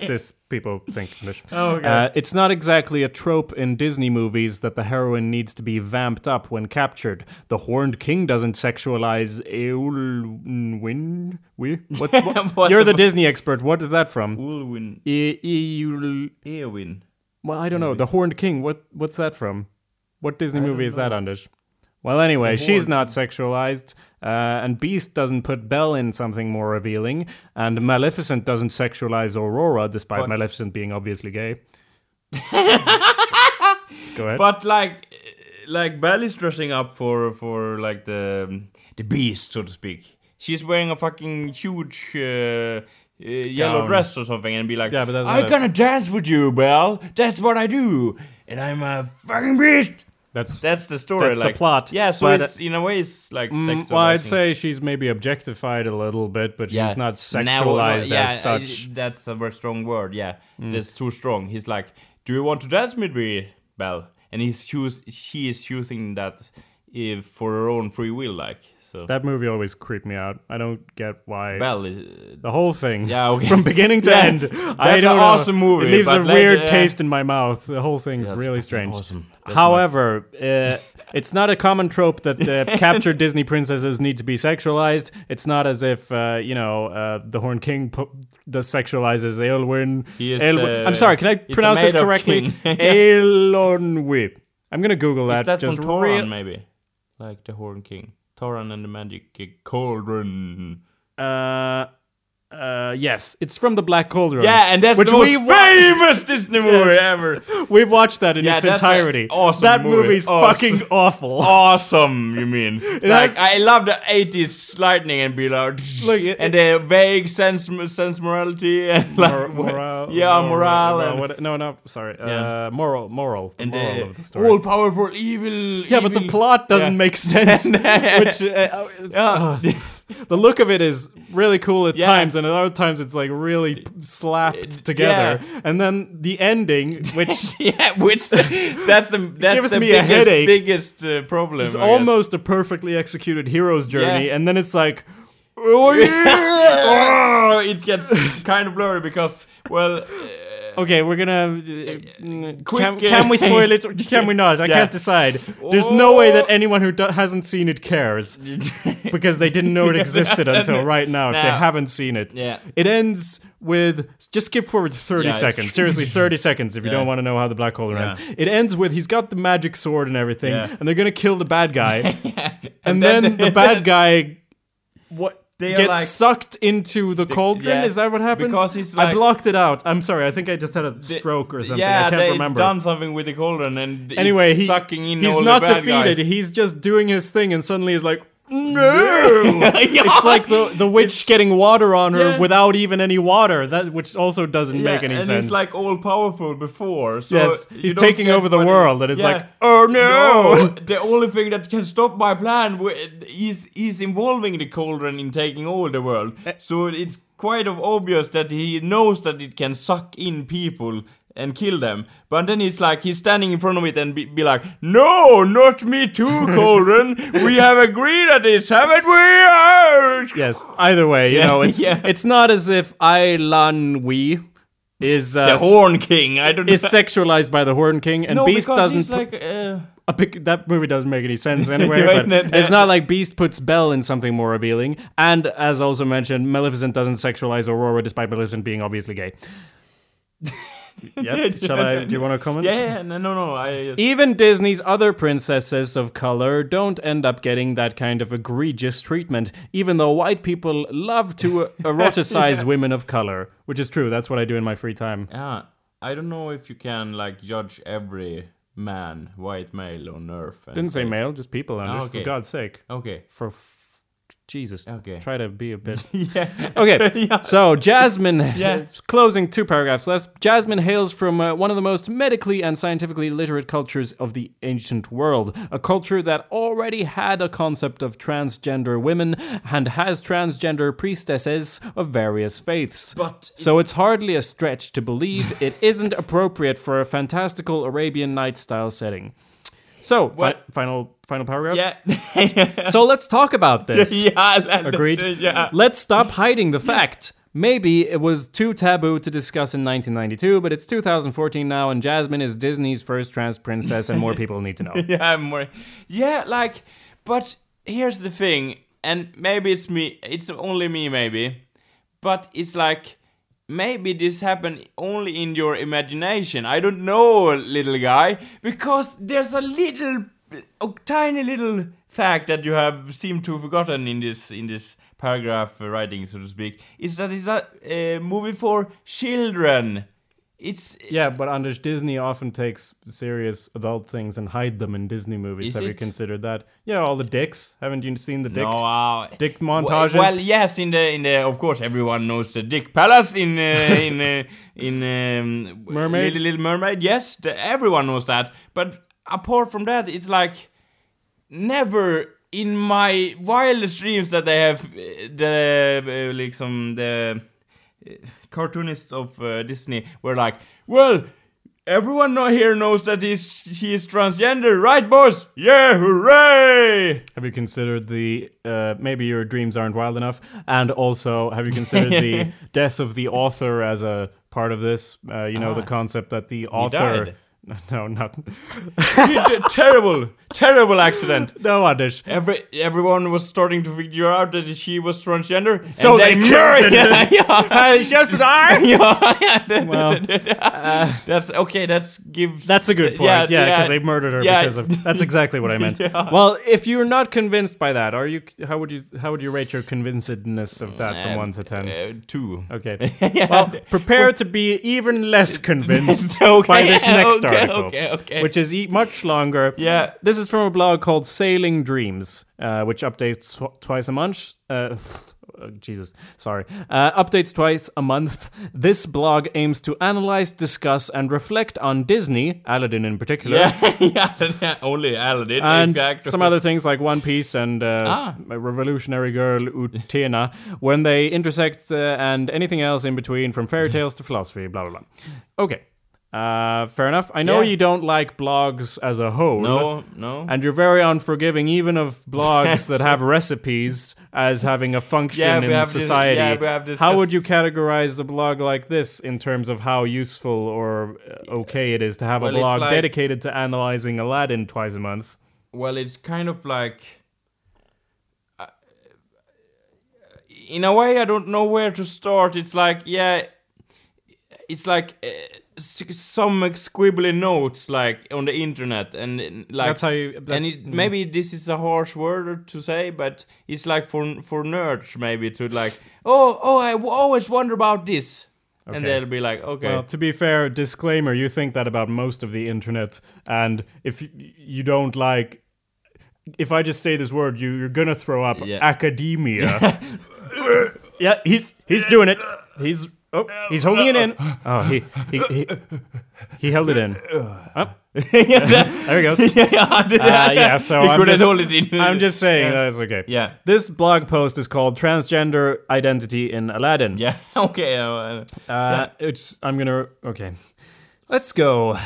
Speaker 1: cis people think. English. Uh, it's not exactly a trope in Disney movies that the heroine needs to be vamped up when captured. The Horned King doesn't sexualize Eowyn. We? What, what?
Speaker 2: What
Speaker 1: You're
Speaker 2: the
Speaker 1: the Disney expert. What is that from?
Speaker 2: Ulwin
Speaker 1: E- Eul-
Speaker 2: Eowyn.
Speaker 1: well, I don't know. The Horned King. What? What's that from? What Disney movie is that, Anders? Well, anyway, she's not sexualized, uh, and Beast doesn't put Belle in something more revealing, and Maleficent doesn't sexualize Aurora, despite Maleficent being obviously gay. Go ahead.
Speaker 2: But like, eh, like Belle is dressing up for for like the the beast, so to speak. She's wearing a fucking huge. Uh, uh, yellow
Speaker 1: Gown.
Speaker 2: dress or something, and be like,
Speaker 1: Yeah, but that's
Speaker 2: I'm
Speaker 1: not-
Speaker 2: gonna dance with you, Belle. That's what I do, and I'm a fucking beast.
Speaker 1: that's
Speaker 2: That's the story.
Speaker 1: That's the
Speaker 2: like,
Speaker 1: plot,
Speaker 2: Yeah, so
Speaker 1: but-
Speaker 2: it's in a way, it's like
Speaker 1: Mm,
Speaker 2: sexualizing.
Speaker 1: well, I'd say she's maybe objectified a little bit, but she's not
Speaker 2: Now, well,
Speaker 1: sexualized
Speaker 2: yeah,
Speaker 1: as such. Mm.
Speaker 2: I- that's a very strong word. Yeah, that's too strong. He's like, "Do you want to dance with me, Belle?" And he's choose, she is choosing that if for her eh, own free will, like. So eh,
Speaker 1: That movie always creeped me out. I don't get why.
Speaker 2: Bell is
Speaker 1: the whole thing.
Speaker 2: Yeah, okay.
Speaker 1: From beginning to
Speaker 2: Yeah,
Speaker 1: end.
Speaker 2: that's
Speaker 1: I
Speaker 2: an
Speaker 1: don't know.
Speaker 2: awesome movie,
Speaker 1: It leaves a
Speaker 2: but like,
Speaker 1: weird
Speaker 2: yeah.
Speaker 1: taste in my mouth. The whole thing's
Speaker 2: That's
Speaker 1: really
Speaker 2: fucking
Speaker 1: strange.
Speaker 2: awesome. That's
Speaker 1: However, uh, it's not a common trope that uh, captured Disney princesses need to be sexualized. It's not as if, uh, you know, uh, the Horn King pu- does sexualizes Aelwin.
Speaker 2: He is,
Speaker 1: Aelwin- I'm
Speaker 2: uh,
Speaker 1: sorry, can I
Speaker 2: he's a
Speaker 1: pronounce this
Speaker 2: made-up
Speaker 1: correctly?
Speaker 2: king. Yeah.
Speaker 1: Aelonwi. I'm going to Google that.
Speaker 2: that, that
Speaker 1: just
Speaker 2: from Toran
Speaker 1: real-
Speaker 2: maybe, like the Horn King, Toran and the Magic Cauldron.
Speaker 1: uh, uh, yes, it's from the Black Cauldron.
Speaker 2: Yeah, and that's
Speaker 1: which
Speaker 2: the most
Speaker 1: we
Speaker 2: famous Disney movie ever.
Speaker 1: We've watched that in
Speaker 2: Yeah,
Speaker 1: its
Speaker 2: that's a
Speaker 1: entirety.
Speaker 2: awesome
Speaker 1: that
Speaker 2: movie. Oh,
Speaker 1: movie's
Speaker 2: Awesome.
Speaker 1: fucking awful.
Speaker 2: Awesome, you mean?
Speaker 1: has-
Speaker 2: like I love the '80s lightning and below,
Speaker 1: Look, it-
Speaker 2: and the vague sense sense morality and like
Speaker 1: Mor-
Speaker 2: what-
Speaker 1: moral,
Speaker 2: yeah,
Speaker 1: moral-
Speaker 2: morale
Speaker 1: moral,
Speaker 2: and
Speaker 1: what- no, no, sorry.
Speaker 2: Yeah.
Speaker 1: Uh, moral, moral, the
Speaker 2: and
Speaker 1: moral
Speaker 2: the
Speaker 1: of the story.
Speaker 2: all powerful evil.
Speaker 1: yeah, but the
Speaker 2: evil-
Speaker 1: plot doesn't
Speaker 2: Yeah.
Speaker 1: make sense. which uh, it's-
Speaker 2: Yeah.
Speaker 1: ugh. the look of it is really cool at
Speaker 2: Yeah. Uh,
Speaker 1: times, and at other times it's like really p- slapped together. And then the ending, which is
Speaker 2: yeah, which that's the that's
Speaker 1: gives
Speaker 2: the
Speaker 1: me a
Speaker 2: biggest,
Speaker 1: headache.
Speaker 2: biggest uh, problem. I guess.
Speaker 1: almost a perfectly executed hero's journey,
Speaker 2: Yeah.
Speaker 1: and then it's like, oh yeah.
Speaker 2: oh, it gets kind of blurry because well, uh,
Speaker 1: Okay, we're gonna. Uh,
Speaker 2: Quick,
Speaker 1: can,
Speaker 2: uh,
Speaker 1: can we spoil it? or Can we not? I
Speaker 2: Yeah.
Speaker 1: can't decide. There's no way that
Speaker 2: Oh.
Speaker 1: anyone who do- hasn't seen it cares because they didn't know it existed until right now. If they
Speaker 2: No.
Speaker 1: haven't seen it,
Speaker 2: Yeah.
Speaker 1: it ends with just skip forward to 30
Speaker 2: Yeah, it's-
Speaker 1: seconds. Seriously, 30 seconds if you don't want to know how the black hole ends. It ends with he's got the magic sword and everything,
Speaker 2: Yeah.
Speaker 1: and they're gonna kill the bad guy, and,
Speaker 2: then-
Speaker 1: then, the bad guy. What
Speaker 2: They are
Speaker 1: gets
Speaker 2: like-
Speaker 1: sucked into the cauldron?
Speaker 2: yeah,
Speaker 1: Is that what happens?
Speaker 2: because he's
Speaker 1: I
Speaker 2: like-
Speaker 1: blocked it out. I'm sorry. I think I just had a stroke or something.
Speaker 2: yeah,
Speaker 1: I
Speaker 2: they
Speaker 1: can't remember.
Speaker 2: done something with the cauldron and it's
Speaker 1: anyway, he,
Speaker 2: sucking in
Speaker 1: he's
Speaker 2: all
Speaker 1: not
Speaker 2: the bad
Speaker 1: defeated.
Speaker 2: guys.
Speaker 1: He's just doing his thing, and suddenly he's like, no. It's like the the witch getting water on her
Speaker 2: Yeah.
Speaker 1: without even any water. That which also doesn't make any
Speaker 2: and
Speaker 1: sense.
Speaker 2: he's like all powerful before. So
Speaker 1: yes,
Speaker 2: you
Speaker 1: he's
Speaker 2: don't
Speaker 1: taking
Speaker 2: get
Speaker 1: over the
Speaker 2: what he-
Speaker 1: world, and it's
Speaker 2: Yeah.
Speaker 1: like, oh no.
Speaker 2: No, the only thing that can stop my plan wi- is is involving the cauldron in taking over the world.
Speaker 1: Eh.
Speaker 2: So it's quite of obvious that he knows that it can suck in people and kill them. But then he's like he's standing in front of it and be, be like, "No, not me too, cauldron. we have agreed at this, haven't we?"
Speaker 1: Yes. Either way, you
Speaker 2: Yeah,
Speaker 1: know, it's
Speaker 2: yeah.
Speaker 1: it's not as if I Lan Wee is uh,
Speaker 2: The Horn King. I don't
Speaker 1: is
Speaker 2: know.
Speaker 1: sexualized by the Horn King, and
Speaker 2: No,
Speaker 1: Beast
Speaker 2: because
Speaker 1: doesn't.
Speaker 2: he's like. Uh,
Speaker 1: a pic- that movie doesn't make any sense anyway.
Speaker 2: Right,
Speaker 1: but
Speaker 2: that-
Speaker 1: it's not like Beast puts Belle in something more revealing. And as also mentioned, Maleficent doesn't sexualize Aurora despite Maleficent being obviously gay. yep. Shall I? Do you want to comment?
Speaker 2: yeah, yeah, no, no, no. I just,
Speaker 1: Even Disney's other princesses of color don't end up getting that kind of egregious treatment, even though white people love to eroticize women of color, which is true. That's what I do in my free time.
Speaker 2: Yeah, I don't know if you can like judge every man, white male on earth. and-
Speaker 1: Didn't say male, just people, Anders,
Speaker 2: Ah, okay.
Speaker 1: for God's sake.
Speaker 2: okay.
Speaker 1: For f- Jesus.
Speaker 2: Okay.
Speaker 1: Try to be a bit.
Speaker 2: Yeah.
Speaker 1: Okay, so Jasmine,
Speaker 2: Yeah.
Speaker 1: closing two paragraphs left. Jasmine hails from uh, one of the most medically and scientifically literate cultures of the ancient world, a culture that already had a concept of transgender women and has transgender priestesses of various faiths.
Speaker 2: But
Speaker 1: so it's hardly a stretch to believe it isn't appropriate for a fantastical Arabian Night style setting. So, fi-
Speaker 2: What?
Speaker 1: final final paragraph.
Speaker 2: Yeah.
Speaker 1: So let's talk about this.
Speaker 2: yeah. that-
Speaker 1: Agreed.
Speaker 2: Yeah.
Speaker 1: Let's stop hiding the fact. Maybe it was too taboo to discuss in 1992, but it's 2014 now, and Jasmine is Disney's first trans princess, and more people need to know.
Speaker 2: Yeah, I'm more. Yeah, like, but here's the thing, and maybe it's me. It's only me, maybe. But it's like, maybe this happened only in your imagination. I don't know, little guy, because there's a little, a tiny little fact that you have seemed to have forgotten in this in this paragraph writing, so to speak. Is that it's a uh, movie for children. It's
Speaker 1: Yeah, but Anders Disney often takes serious adult things and hide them in Disney movies.
Speaker 2: Is
Speaker 1: Have you
Speaker 2: it?
Speaker 1: considered that? Yeah, all the dicks. Haven't you seen the dick?
Speaker 2: No, wow.
Speaker 1: dick
Speaker 2: Well-
Speaker 1: montages?
Speaker 2: Well, yes, in the in the of course everyone knows the Dick Palace in uh, in uh, in um,
Speaker 1: Mermaid?
Speaker 2: Little, Little Mermaid. Yes, the, everyone knows that. But apart from that, it's like never in my wildest dreams that I have uh, the uh, like some the uh, cartoonists of uh, Disney were like, well. Everyone know- here knows that he's, she is transgender, right, boys? Yeah, hooray!
Speaker 1: Have you considered the uh, maybe your dreams aren't wild enough? And also, have you considered the death of the author as a part of this? Uh, you know, the concept that the author.
Speaker 2: Ah. died.
Speaker 1: No, not.
Speaker 2: terrible, terrible accident.
Speaker 1: No, Anders.
Speaker 2: Every everyone was starting to figure out that she was transgender.
Speaker 1: So
Speaker 2: and
Speaker 1: they
Speaker 2: mur-
Speaker 1: killed
Speaker 2: yeah, yeah,
Speaker 1: I just died!
Speaker 2: yeah, yeah.
Speaker 1: Well,
Speaker 2: That's okay. That's give.
Speaker 1: That's a good point. Yeah, because they murdered her
Speaker 2: yeah.
Speaker 1: because of that's exactly what I meant. Well, if you're not convinced by that, are you? How would you? How would you rate your convincedness of that from
Speaker 2: Um,
Speaker 1: one to ten?
Speaker 2: uh, two.
Speaker 1: Okay. Well, prepare to be even less convinced
Speaker 2: Okay,
Speaker 1: by this next
Speaker 2: okay,
Speaker 1: article,
Speaker 2: okay, okay.
Speaker 1: which is e- much longer.
Speaker 2: Eh. Yeah.
Speaker 1: This is from a blog called Sailing Dreams, uh, which updates tw- twice a month. Uh, oh, Jesus, sorry. Uh, updates twice a month. This blog aims to analyze, discuss, and reflect on Disney, Aladdin in particular,
Speaker 2: Yeah, yeah. Only Aladdin. in
Speaker 1: and
Speaker 2: fact. Ah.
Speaker 1: some other things like One Piece and uh, s- Revolutionary Girl Utena when they intersect uh, and anything else in between from
Speaker 2: Mm-hmm.
Speaker 1: fairy tales to philosophy, blah, blah, blah. Okay. Uh, fair enough. I know
Speaker 2: Yeah.
Speaker 1: you don't like blogs as a whole.
Speaker 2: No, no.
Speaker 1: And you're very unforgiving, even of blogs that have recipes as having a function
Speaker 2: Yeah, we
Speaker 1: in
Speaker 2: have dis-
Speaker 1: society.
Speaker 2: yeah, we have
Speaker 1: how would
Speaker 2: discussed-
Speaker 1: you categorize a blog like this in terms of how useful or uh, okay it is to have
Speaker 2: Well,
Speaker 1: a
Speaker 2: it's
Speaker 1: blog
Speaker 2: like-
Speaker 1: dedicated to analyzing Aladdin twice a month?
Speaker 2: well, it's kind of like. uh, In a way, I don't know where to start. It's like, yeah, it's like uh, s- some squibbly notes, like on the internet, and uh, like
Speaker 1: That's how you-
Speaker 2: and
Speaker 1: that's- mm.
Speaker 2: it, maybe this is a harsh word to say, but it's like for for nerds, maybe to like, oh, oh, I w- always wonder about this, and
Speaker 1: Okay.
Speaker 2: they'll be like, okay,
Speaker 1: Well, to be fair, disclaimer, you think that about most of the internet. And if y- you don't like. If I just say this word, you, you're gonna throw up
Speaker 2: Yeah.
Speaker 1: academia. yeah, he's he's doing it. He's oh, he's holding it in. Oh, he he he, he held it in. Oh. there he goes. Uh, yeah, so
Speaker 2: You
Speaker 1: I'm
Speaker 2: couldn't
Speaker 1: just-
Speaker 2: hold it in.
Speaker 1: I'm just saying that's okay.
Speaker 2: Yeah.
Speaker 1: This blog post is called "Transgender Identity in Aladdin."
Speaker 2: Yeah. Okay. uh,
Speaker 1: Uh, it's I'm gonna okay. Let's go.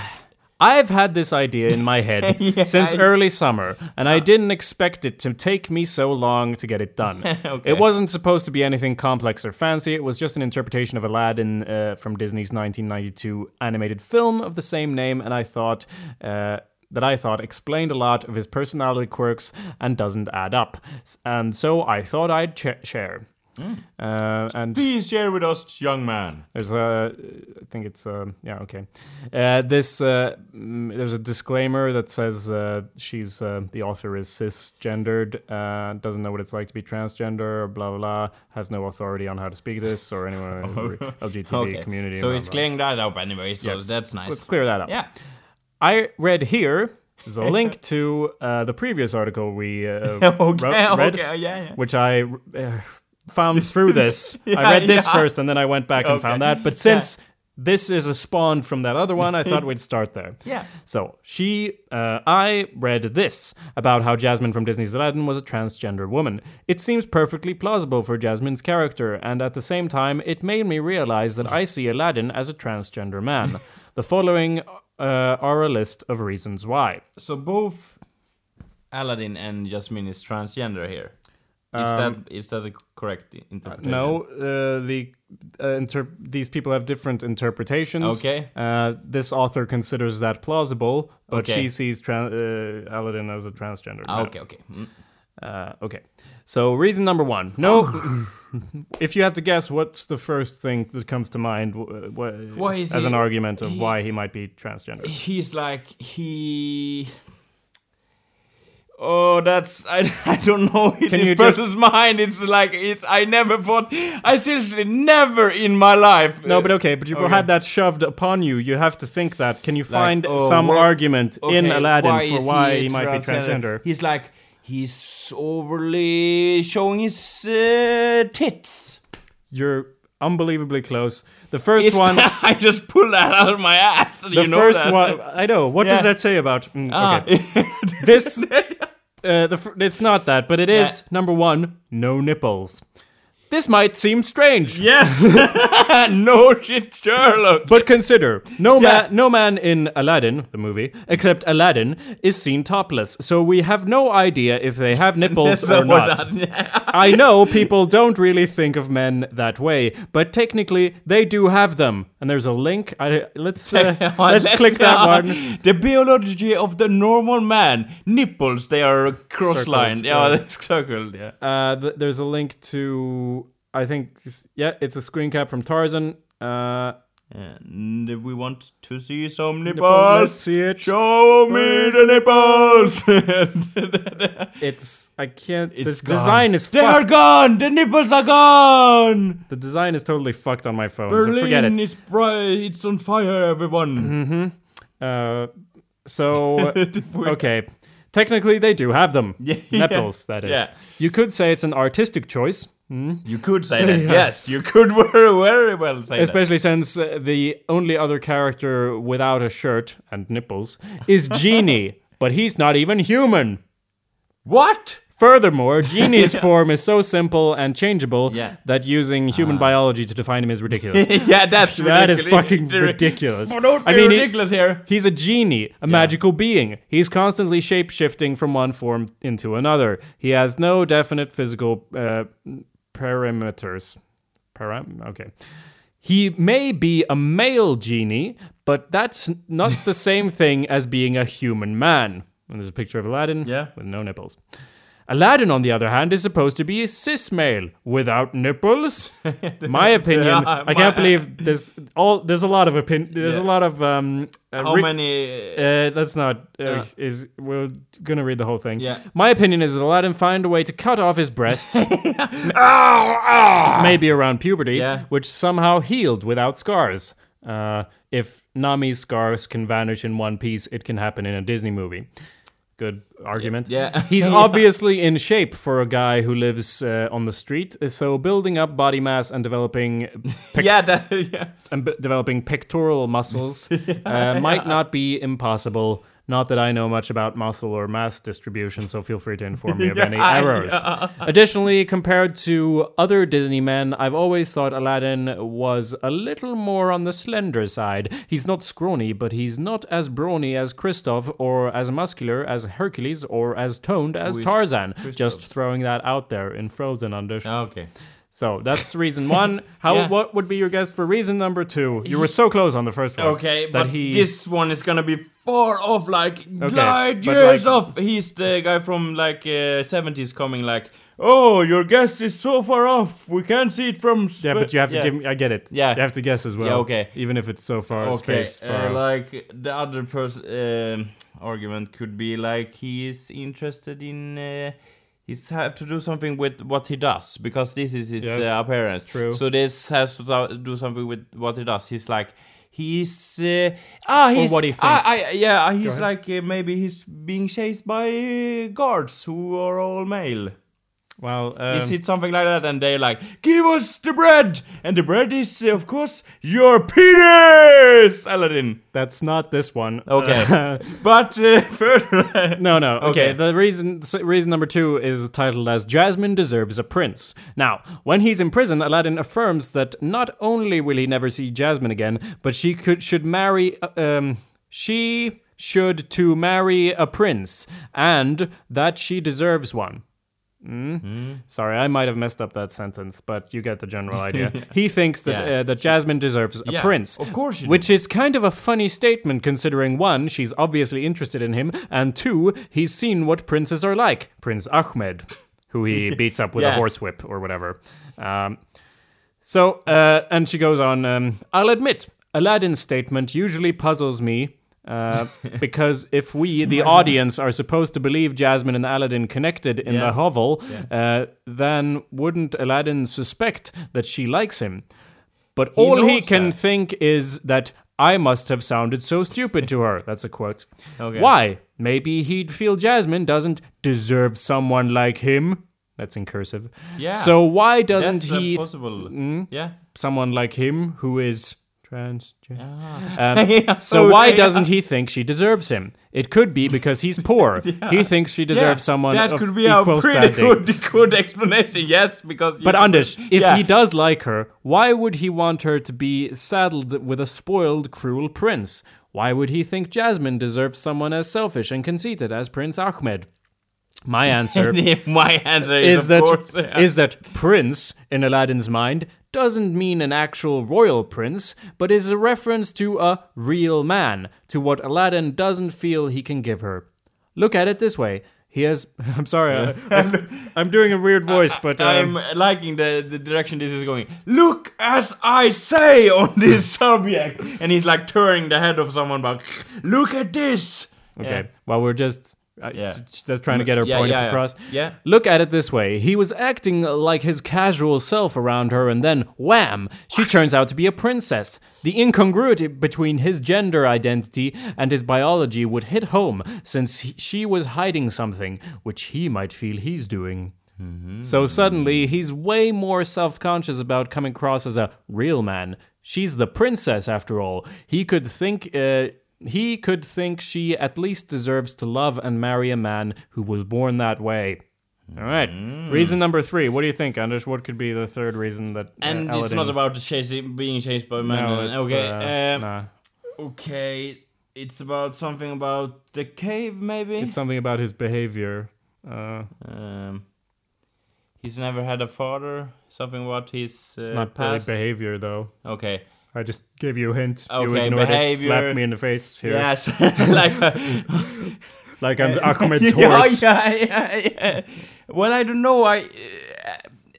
Speaker 1: I've had this idea in my head since
Speaker 2: I-
Speaker 1: early summer, and I didn't expect it to take me so long to get it done. It wasn't supposed to be anything complex or fancy, it was just an interpretation of Aladdin uh, from Disney's 1992 animated film of the same name, and I thought. Uh, that I thought explained a lot of his personality quirks and doesn't add up. S- And so I thought I'd ch- share. Uh, and
Speaker 2: Please share with us, young man.
Speaker 1: there's a, I think it's um yeah okay. Uh, this uh, mm, there's a disclaimer that says uh, she's uh, the author is cisgendered, uh, doesn't know what it's like to be transgender, blah blah, blah has no authority on how to speak this or anyone in the LGBT community.
Speaker 2: Oh. So
Speaker 1: blah,
Speaker 2: he's
Speaker 1: blah.
Speaker 2: clearing that up anyway. So that's nice.
Speaker 1: Let's clear that up.
Speaker 2: yeah.
Speaker 1: I read here is a link to uh, the previous article we uh,
Speaker 2: Okay.
Speaker 1: wrote- read,
Speaker 2: okay. Yeah. Yeah.
Speaker 1: which I uh, found through this. I read this
Speaker 2: yeah.
Speaker 1: first and then I went back and
Speaker 2: Okay.
Speaker 1: found that. But since this is a spawn from that other one, I thought we'd start there.
Speaker 2: Yeah.
Speaker 1: So she, uh, I read this about how Jasmine from Disney's Aladdin was a transgender woman. It seems perfectly plausible for Jasmine's character, and at the same time, it made me realize that I see Aladdin as a transgender man. the following uh, are a list of reasons why.
Speaker 2: So both Aladdin and Jasmine is transgender here. Is that is that the correct i- interpretation?
Speaker 1: Um, No, uh, the uh, inter- these people have different interpretations.
Speaker 2: Okay.
Speaker 1: Uh, this author considers that plausible, but
Speaker 2: Okay.
Speaker 1: she sees tran uh, Aladdin as a transgender.
Speaker 2: Ah,
Speaker 1: man.
Speaker 2: okay. Okay. Mm.
Speaker 1: Uh, okay. So reason number one.
Speaker 2: Oh.
Speaker 1: No. if you have to guess, what's the first thing that comes to mind? w- w-
Speaker 2: Why is
Speaker 1: as
Speaker 2: he-
Speaker 1: an argument of why he might be transgender?
Speaker 2: He's like he. Oh, that's I, I don't know
Speaker 1: Can
Speaker 2: in this
Speaker 1: you just-
Speaker 2: person's mind. It's like it's I never thought I seriously never in my life.
Speaker 1: No, but okay, but you've
Speaker 2: okay.
Speaker 1: had that shoved upon you. You have to think that. Can you find
Speaker 2: oh,
Speaker 1: some
Speaker 2: wha-
Speaker 1: argument in
Speaker 2: okay,
Speaker 1: Aladdin for
Speaker 2: is
Speaker 1: why he, might be transgender?
Speaker 2: He's like he's overly showing his uh, tits.
Speaker 1: You're unbelievably close. The first
Speaker 2: It's-
Speaker 1: one,
Speaker 2: I just pulled that out of my ass.
Speaker 1: the
Speaker 2: you know
Speaker 1: first
Speaker 2: that.
Speaker 1: one. I know. What does
Speaker 2: Yeah. Ah.
Speaker 1: that say about? mm, okay. this, uh, the fir- it's not that, but it is number one. No nipples. This might seem strange,
Speaker 2: Yes. no shit, Sherlock.
Speaker 1: But consider, no
Speaker 2: Yeah.
Speaker 1: man, no man in Aladdin, the movie, except Aladdin, is seen topless. So we have no idea if they have nipples or not. I know people don't really think of men that way, but technically they do have them. And there's a link. I, let's uh, let's, click that one.
Speaker 2: The biology of the normal man. Nipples, they are cross-lined. Yeah,
Speaker 1: yeah.
Speaker 2: that's circled, yeah.
Speaker 1: Uh, th- there's a link to I think s- yeah, it's a screen cap from Tarzan. Uh,
Speaker 2: And we want to see some
Speaker 1: let's
Speaker 2: nipples.
Speaker 1: see it.
Speaker 2: Show me the nipples.
Speaker 1: It's I can't.
Speaker 2: It's
Speaker 1: This design
Speaker 2: gone.
Speaker 1: is
Speaker 2: They
Speaker 1: fucked.
Speaker 2: are gone. The nipples are gone.
Speaker 1: The design is totally fucked on my phone. so forget
Speaker 2: Berlin
Speaker 1: it.
Speaker 2: is bright. It's on fire, everyone.
Speaker 1: Uh, so okay, technically they do have them. Nipples, that is.
Speaker 2: Yeah.
Speaker 1: You could say it's an artistic choice,
Speaker 2: You could say that. Yes, you could very, very well say that.
Speaker 1: especially since uh, the only other character without a shirt and nipples is Genie, but he's not even human.
Speaker 2: What?
Speaker 1: Furthermore, Genie's form is so simple and changeable
Speaker 2: Yeah.
Speaker 1: that using human biology to define him is ridiculous.
Speaker 2: yeah, that's
Speaker 1: that is
Speaker 2: ridiculous.
Speaker 1: fucking
Speaker 2: They're-
Speaker 1: ridiculous.
Speaker 2: Oh, don't be
Speaker 1: I mean, he-
Speaker 2: ridiculous here.
Speaker 1: He's a genie, a magical being. He's constantly shape shifting from one form into another. He has no definite physical uh, parameters. Param? Okay. He may be a male genie, but that's not the same thing as being a human man. And there's a picture of Aladdin
Speaker 2: Yeah.
Speaker 1: with no nipples. Aladdin, on the other hand, is supposed to be a cis male without nipples. my opinion.
Speaker 2: Yeah,
Speaker 1: I can't
Speaker 2: my-
Speaker 1: believe there's all. There's a lot of opinion. There's a lot of um, uh,
Speaker 2: How
Speaker 1: re-
Speaker 2: many?
Speaker 1: uh, that's not uh, is we're gonna read the whole thing.
Speaker 2: Yeah.
Speaker 1: My opinion is that Aladdin find a way to cut off his breasts,
Speaker 2: Ah,
Speaker 1: maybe around puberty,
Speaker 2: Yeah.
Speaker 1: which somehow healed without scars. Uh, if Nami's scars can vanish in one piece, it can happen in a Disney movie. Good argument.
Speaker 2: Yeah.
Speaker 1: He's obviously in shape for a guy who lives uh, on the street, so building up body mass and developing
Speaker 2: yeah, that, yeah.
Speaker 1: and b- developing pectoral muscles uh, might not be impossible. Not that I know much about muscle or mass distribution, so feel free to inform me of any
Speaker 2: Yeah,
Speaker 1: errors. Additionally, compared to other Disney men, I've always thought Aladdin was a little more on the slender side. He's not scrawny, but he's not as brawny as Kristoff, or as muscular as Hercules, or as toned as Tarzan. Just throwing that out there in Frozen under
Speaker 2: Okay.
Speaker 1: so that's reason one. How
Speaker 2: Yeah.
Speaker 1: what would be your guess for reason number two? You were so close on the first one.
Speaker 2: Okay,
Speaker 1: that
Speaker 2: but
Speaker 1: he
Speaker 2: this one is gonna be far off, like light
Speaker 1: but
Speaker 2: years
Speaker 1: like-
Speaker 2: off. He's the guy from like uh, seventies coming, like, oh, your guess is so far off. We can't see it from.
Speaker 1: yeah, but you have to
Speaker 2: yeah.
Speaker 1: give me. I get it.
Speaker 2: Yeah.
Speaker 1: you have to guess as well.
Speaker 2: Yeah, okay.
Speaker 1: even if it's so far
Speaker 2: Okay,
Speaker 1: space
Speaker 2: uh,
Speaker 1: far.
Speaker 2: like the other person um argument could be like he is interested in. Uh, He's have to do something with what he does because this is his
Speaker 1: Yes,
Speaker 2: uh, appearance.
Speaker 1: true.
Speaker 2: So this has to do- do something with what he does. He's like, he's uh, ah, he's
Speaker 1: what he
Speaker 2: ah,
Speaker 1: thinks.
Speaker 2: I- yeah, he's
Speaker 1: ahead.
Speaker 2: like uh, maybe he's being chased by uh, guards who are all male.
Speaker 1: well,
Speaker 2: Is
Speaker 1: um,
Speaker 2: it something like that? And they like, give us the bread! And the bread is, uh, of course, your penis! Aladdin.
Speaker 1: that's not this one.
Speaker 2: Okay. but uh, further.
Speaker 1: No, no. Okay.
Speaker 2: Okay.
Speaker 1: The reason s- reason number two is titled as Jasmine deserves a prince. Now, when he's in prison, Aladdin affirms that not only will he never see Jasmine again, but she could should marry. uh, Um, she should to marry a prince, and that she deserves one. Hmm?
Speaker 2: Hmm.
Speaker 1: Sorry, I might have messed up that sentence, but you get the general idea. he thinks that
Speaker 2: Yeah.
Speaker 1: uh, that Jasmine deserves a
Speaker 2: Yeah,
Speaker 1: prince.
Speaker 2: of course she
Speaker 1: Which is kind of a funny statement considering one, she's obviously interested in him, and two, he's seen what princes are like. Prince Ahmed, who he beats up with a
Speaker 2: Yeah.
Speaker 1: horsewhip or whatever. Um, so, uh, and she goes on, um, I'll admit, Aladdin's statement usually puzzles me. Uh, because if
Speaker 2: Oh
Speaker 1: we, the audience, are supposed to believe Jasmine and Aladdin connected in the hovel, uh, then wouldn't Aladdin suspect that she likes him? But all he
Speaker 2: knows
Speaker 1: can
Speaker 2: that.
Speaker 1: think is that I must have sounded so stupid to her. That's a quote.
Speaker 2: Okay.
Speaker 1: Why? Maybe he'd feel Jasmine doesn't deserve someone like him. That's in cursive.
Speaker 2: Yeah.
Speaker 1: So why doesn't
Speaker 2: That's, uh,
Speaker 1: he Mm?
Speaker 2: possible. Yeah.
Speaker 1: someone like him who is Transgender. Um, so
Speaker 2: Oh,
Speaker 1: why
Speaker 2: yeah.
Speaker 1: doesn't he think she deserves him? It could be because he's poor. He thinks she
Speaker 2: Yeah,
Speaker 1: deserves someone
Speaker 2: that
Speaker 1: of
Speaker 2: could be a
Speaker 1: equal
Speaker 2: pretty
Speaker 1: standing.
Speaker 2: good good explanation. Yes, because you
Speaker 1: But
Speaker 2: should-
Speaker 1: Anders, if
Speaker 2: Yeah.
Speaker 1: he does like her, why would he want her to be saddled with a spoiled, cruel prince? Why would he think Jasmine deserves someone as selfish and conceited as Prince Ahmed? My answer
Speaker 2: my answer
Speaker 1: is
Speaker 2: is, of
Speaker 1: that
Speaker 2: course, yeah.
Speaker 1: is that prince in Aladdin's mind doesn't mean an actual royal prince, but is a reference to a real man, to what Aladdin doesn't feel he can give her. Look at it this way. He has. I'm sorry. I, am doing a weird voice, but um,
Speaker 2: I'm liking the, the direction this is going. Look as I say on this subject, and he's like turning the head of someone back. Look at this.
Speaker 1: okay. Well, we're just. Uh,
Speaker 2: Yeah.
Speaker 1: s- s- trying to get her
Speaker 2: Yeah,
Speaker 1: point
Speaker 2: yeah, yeah.
Speaker 1: across.
Speaker 2: Yeah.
Speaker 1: Look at it this way. He was acting like his casual self around her, and then wham! She turns out to be a princess. The incongruity between his gender identity and his biology would hit home, since he- she was hiding something, which he might feel he's doing. So suddenly, he's way more self conscious about coming across as a real man. She's the princess, after all. He could think. Uh, he could think she at least deserves to love and marry a man who was born that way. All right.
Speaker 2: Mm.
Speaker 1: Reason number three. What do you think, Anders? What could be the third reason that?
Speaker 2: And
Speaker 1: uh,
Speaker 2: it's not
Speaker 1: Aladdin-
Speaker 2: about the chasing, being chased by men.
Speaker 1: No,
Speaker 2: and-
Speaker 1: it's,
Speaker 2: okay.
Speaker 1: uh,
Speaker 2: um,
Speaker 1: nah.
Speaker 2: Okay. It's about something about the cave, maybe.
Speaker 1: It's something about his behavior. Uh,
Speaker 2: um, he's never had a father. Something about his uh,
Speaker 1: not
Speaker 2: past.
Speaker 1: really behavior, though.
Speaker 2: okay.
Speaker 1: I just gave you a hint. you
Speaker 2: Okay,
Speaker 1: ignored it.
Speaker 2: behavior.
Speaker 1: Slapped me in the face here,
Speaker 2: Yes. like. a-
Speaker 1: like I'm Ahmed's
Speaker 2: yeah,
Speaker 1: horse.
Speaker 2: Yeah, yeah, yeah. Well, I don't know. I uh,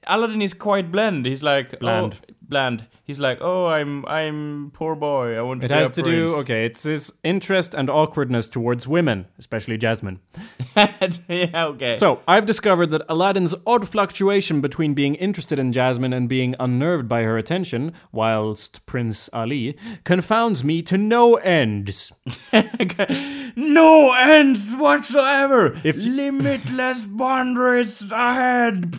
Speaker 2: Aladdin is quite bland. He's like
Speaker 1: Bland.
Speaker 2: Oh, bland. He's like, oh, I'm I'm poor boy. I want to.
Speaker 1: It
Speaker 2: be
Speaker 1: has
Speaker 2: a
Speaker 1: to
Speaker 2: prince.
Speaker 1: do, okay, it's his interest and awkwardness towards women, especially Jasmine.
Speaker 2: yeah. Okay.
Speaker 1: So, I've discovered that Aladdin's odd fluctuation between being interested in Jasmine and being unnerved by her attention, whilst Prince Ali, confounds me to no end.
Speaker 2: no ends whatsoever.
Speaker 1: If-
Speaker 2: limitless boundaries ahead.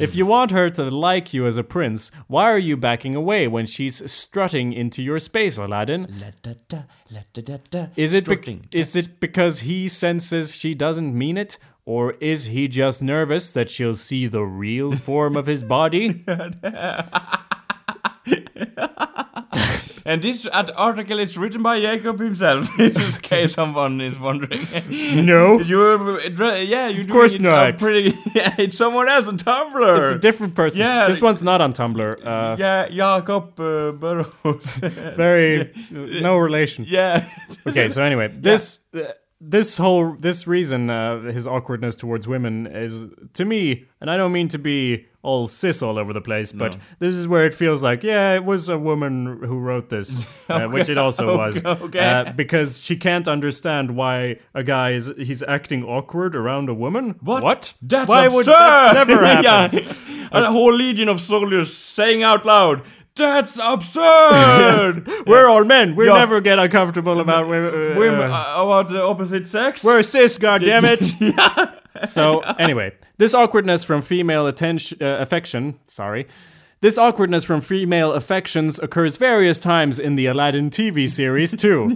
Speaker 1: If you want her to like you as a prince, why are you backing away when she's strutting into your space, Aladdin?
Speaker 2: La da da, la da da da.
Speaker 1: Is it, bec-
Speaker 2: Strutting.
Speaker 1: is it because he senses she doesn't mean it? Or is he just nervous that she'll see the real form of his body?
Speaker 2: and this ad- article is written by Jacob himself. in just case someone is wondering.
Speaker 1: No.
Speaker 2: You're, yeah, you're of
Speaker 1: course
Speaker 2: doing it on
Speaker 1: not.
Speaker 2: Pretty, yeah, it's someone else on Tumblr.
Speaker 1: It's a different person.
Speaker 2: Yeah.
Speaker 1: This one's not on Tumblr. Uh,
Speaker 2: yeah, Jacob uh, Burrows.
Speaker 1: Very no relation.
Speaker 2: yeah,
Speaker 1: Okay, so anyway, this uh, this whole this reason uh, his awkwardness towards women is to me, and I don't mean to be all cis all over the place, but this is where it feels like yeah, it was a woman who wrote this, uh, which it also was,
Speaker 2: okay.
Speaker 1: Uh, because she can't understand why a guy is he's acting awkward around a woman. What?
Speaker 2: That's
Speaker 1: why
Speaker 2: absurd.
Speaker 1: would that never happen?
Speaker 2: yeah. A whole legion of soldiers saying out loud, "That's absurd."
Speaker 1: We're all men. We
Speaker 2: Yeah.
Speaker 1: never get uncomfortable about women. uh,
Speaker 2: Women
Speaker 1: uh,
Speaker 2: uh, about the opposite sex.
Speaker 1: We're cis, goddammit. So anyway, this awkwardness from female attention, uh, affection. Sorry. This awkwardness from female affections occurs various times in the Aladdin TV series too.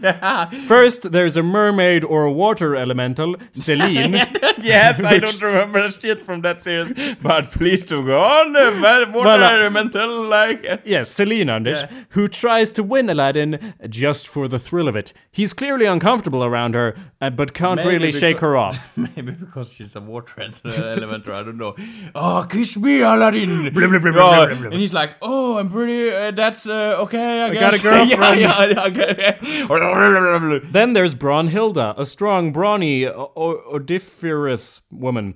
Speaker 1: First, there's a mermaid or a water elemental, Celine.
Speaker 2: yes, I don't remember shit from that series, but please do go on. uh, What what
Speaker 1: Well, uh,
Speaker 2: elemental like?
Speaker 1: Yes, Celine Anders, who tries to win Aladdin just for the thrill of it. He's clearly uncomfortable around her, uh, but can't
Speaker 2: Maybe
Speaker 1: really shake
Speaker 2: becau-
Speaker 1: her off.
Speaker 2: Maybe because she's a water en- elemental, I don't know. Oh, kiss me, Aladdin!
Speaker 1: blah,
Speaker 2: Yeah,
Speaker 1: blah, blah.
Speaker 2: And he's like, oh, I'm pretty, uh, that's uh, okay, I,
Speaker 1: got a
Speaker 2: guess. yeah,
Speaker 1: girlfriend.
Speaker 2: yeah, yeah, okay.
Speaker 1: Then there's Brunhilda, a strong, brawny, o- o- odoriferous woman.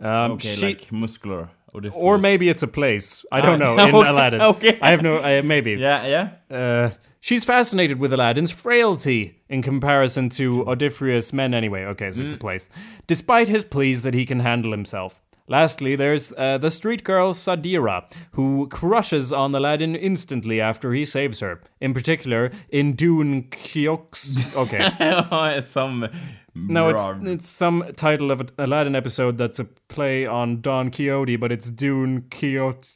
Speaker 1: Um,
Speaker 2: okay,
Speaker 1: she-
Speaker 2: like muscular. the
Speaker 1: or
Speaker 2: face.
Speaker 1: maybe it's a place. I don't know. In
Speaker 2: okay,
Speaker 1: Aladdin,
Speaker 2: okay.
Speaker 1: I have no. I, maybe.
Speaker 2: Yeah, yeah.
Speaker 1: Uh, she's fascinated with Aladdin's frailty in comparison to odoriferous men. Anyway, okay, so it's a
Speaker 2: Mm.
Speaker 1: place. Despite his pleas that he can handle himself. Lastly, there's uh, the street girl Sadira, who crushes on Aladdin instantly after he saves her. In particular, in Dune Kiox. Okay.
Speaker 2: Oh, Some.
Speaker 1: No, it's
Speaker 2: broad-
Speaker 1: it's some title of an Aladdin episode that's a play on Don Quixote, but it's Dune Quixote.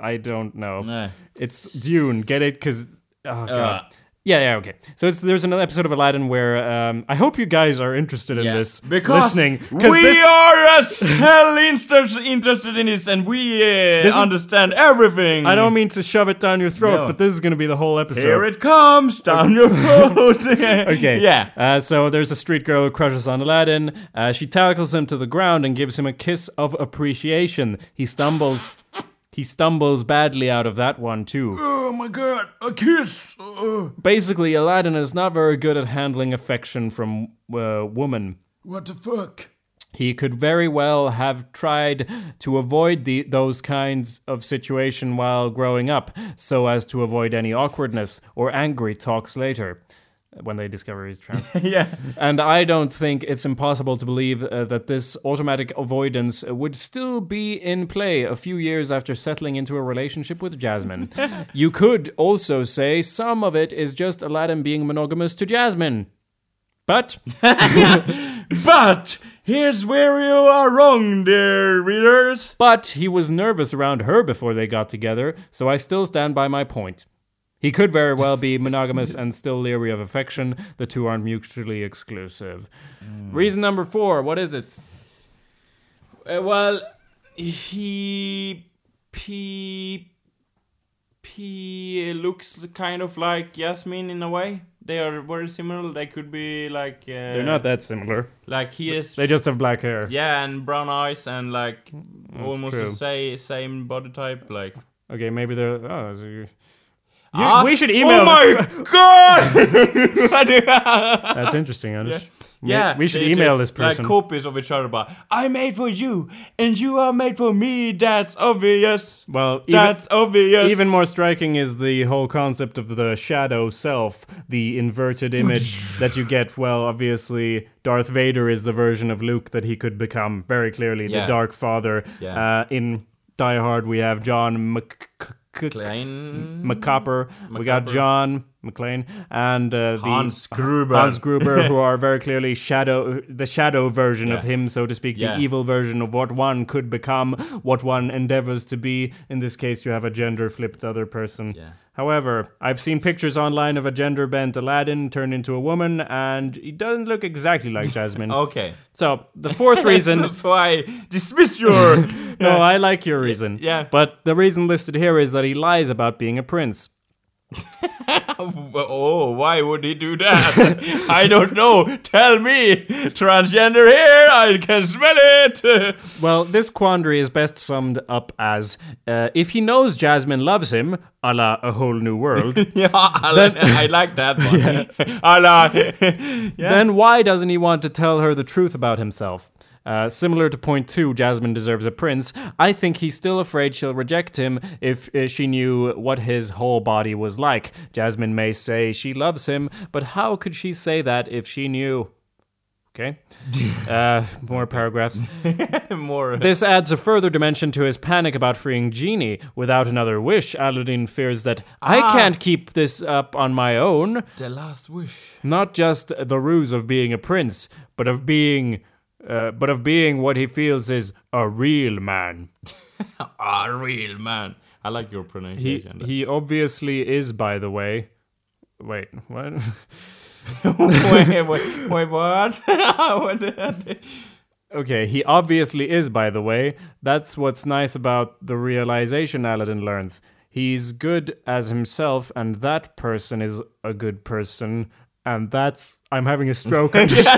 Speaker 1: I don't know.
Speaker 2: No. Uh.
Speaker 1: It's Dune. Get it? Because Oh god. yeah, yeah, okay. So it's, there's another episode of Aladdin where um, I hope you guys are interested in
Speaker 3: Yeah.
Speaker 1: this,
Speaker 2: Because
Speaker 1: listening,
Speaker 2: we
Speaker 1: this,
Speaker 2: are as hell inter- interested in this, and we uh,
Speaker 1: is-
Speaker 2: understand everything.
Speaker 1: I don't mean to shove it down your throat,
Speaker 2: No.
Speaker 1: but this is going to be the whole episode.
Speaker 2: Here it comes down your throat.
Speaker 1: Okay.
Speaker 2: Yeah.
Speaker 1: Uh, so there's a street girl who crushes on Aladdin. Uh, she tackles him to the ground and gives him a kiss of appreciation. He stumbles. He stumbles badly out of that one too.
Speaker 2: Oh my god, a kiss. Uh,
Speaker 1: Basically, Aladdin is not very good at handling affection from uh, woman.
Speaker 2: what the fuck?
Speaker 1: He could very well have tried to avoid the, those kinds of situation while growing up, so as to avoid any awkwardness or angry talks later, when they discover he's trans.
Speaker 2: yeah.
Speaker 1: And I don't think it's impossible to believe uh, that this automatic avoidance would still be in play a few years after settling into a relationship with Jasmine. you could also say some of it is just Aladdin being monogamous to Jasmine. But
Speaker 2: But here's where you are wrong, dear readers.
Speaker 1: but he was nervous around her before they got together, so I still stand by my point. He could very well be monogamous and still leery of affection. The two aren't mutually exclusive. Reason number 4, what is it?
Speaker 2: Uh, well, he he he looks kind of like Yasmin in a way. They are very similar. They could be like uh,
Speaker 1: They're not that similar.
Speaker 2: like he is.
Speaker 1: They just have black hair.
Speaker 2: yeah, and brown eyes and like almost the
Speaker 1: true.
Speaker 2: same same body type. Like
Speaker 1: Okay, maybe they're. Oh, so you, you,
Speaker 2: Ah,
Speaker 1: we should email.
Speaker 2: Oh
Speaker 1: this-
Speaker 2: my god!
Speaker 1: That's interesting, Anders. Ma-
Speaker 2: yeah,
Speaker 1: we should
Speaker 2: they
Speaker 1: email
Speaker 2: do,
Speaker 1: this person.
Speaker 2: Like copies of each other, but I made for you, and you are made for me. That's obvious.
Speaker 1: Well, even,
Speaker 2: That's obvious.
Speaker 1: even more striking is the whole concept of the shadow self, the inverted image that you get. Well, obviously, Darth Vader is the version of Luke that he could become very clearly
Speaker 2: Yeah.
Speaker 1: the Dark Father.
Speaker 2: Yeah.
Speaker 1: Uh, in Die Hard, we have John Mc-
Speaker 2: Klein.
Speaker 1: McCopper. We got John McLean and uh, the
Speaker 2: Hans Gruber.
Speaker 1: Hans Gruber, who are very clearly shadow, the shadow version of him, so to speak,
Speaker 2: Yeah.
Speaker 1: the evil version of what one could become, what one endeavors to be. In this case, you have a gender flipped other person.
Speaker 2: Yeah.
Speaker 1: However, I've seen pictures online of a gender bent Aladdin turned into a woman, and he doesn't look exactly like Jasmine.
Speaker 2: Okay.
Speaker 1: So the fourth reason
Speaker 2: That's why I dismissed your.
Speaker 1: no, I like your reason.
Speaker 2: yeah.
Speaker 1: But the reason listed here is that he lies about being a prince.
Speaker 2: oh, why would he do that? I don't know. Tell me, transgender here. I can smell it.
Speaker 1: Well, this quandary is best summed up as uh, if he knows Jasmine loves him, a la A Whole New World,
Speaker 2: yeah, I, like, I like that one. I like.
Speaker 1: then why doesn't he want to tell her the truth about himself? Uh, similar to point two, Jasmine deserves a prince. I think he's still afraid she'll reject him if uh, she knew what his whole body was like. Jasmine may say she loves him, but how could she say that if she knew? Okay. Uh, more paragraphs.
Speaker 2: More.
Speaker 1: This adds a further dimension to his panic about freeing Genie. Without another wish, Aladdin fears that I can't keep this up on my own.
Speaker 2: The last wish.
Speaker 1: Not just the ruse of being a prince, but of being, uh, but of being what he feels is a real man.
Speaker 2: A real man. I like your
Speaker 1: He,
Speaker 2: pronunciation.
Speaker 1: he obviously is, by the way. Wait, what?
Speaker 2: wait, wait, wait, what? What the-
Speaker 1: Okay, he obviously is, by the way. That's what's nice about the realization Aladdin learns. He's good as himself, and that person is a good person, and that's. I'm having a stroke. I'm just-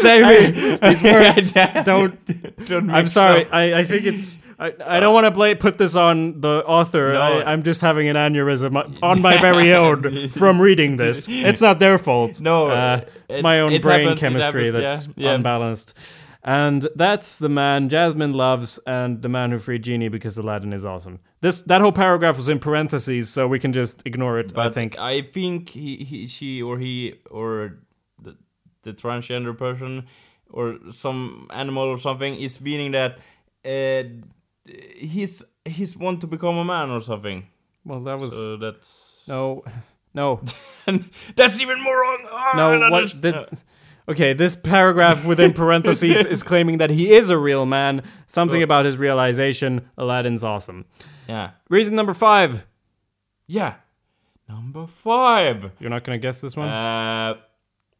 Speaker 2: Save me.
Speaker 1: These words don't.
Speaker 2: Don't
Speaker 1: I'm
Speaker 2: mix
Speaker 1: sorry.
Speaker 2: up.
Speaker 1: I, I think it's. I, I don't want to play, put this on the author.
Speaker 2: No.
Speaker 1: I, I'm just having an aneurysm on my very own from reading this. It's not their fault.
Speaker 2: No,
Speaker 1: Uh, it's,
Speaker 2: it's-
Speaker 1: my own
Speaker 2: it
Speaker 1: brain
Speaker 2: happens, it
Speaker 1: chemistry
Speaker 2: happens,
Speaker 1: that's
Speaker 2: yeah, yeah.
Speaker 1: unbalanced. And that's the man Jasmine loves, and the man who freed Genie because Aladdin is awesome. This that whole paragraph was in parentheses, so we can just ignore it. I
Speaker 2: But uh,
Speaker 1: think.
Speaker 2: I think he, he, she, or he, or the, the transgender person, or some animal or something is meaning that uh, he's he's want to become a man or something.
Speaker 1: Well, that was
Speaker 2: So that's
Speaker 1: no, no.
Speaker 2: and that's even more wrong. Ah, I
Speaker 1: No,
Speaker 2: don't
Speaker 1: what?
Speaker 2: understand.
Speaker 1: The, okay, this paragraph within parentheses is claiming that he is a real man. Something about his realization. Aladdin's awesome.
Speaker 2: yeah.
Speaker 1: Reason number five.
Speaker 2: Yeah. Number five.
Speaker 1: You're not gonna guess this one.
Speaker 2: Uh,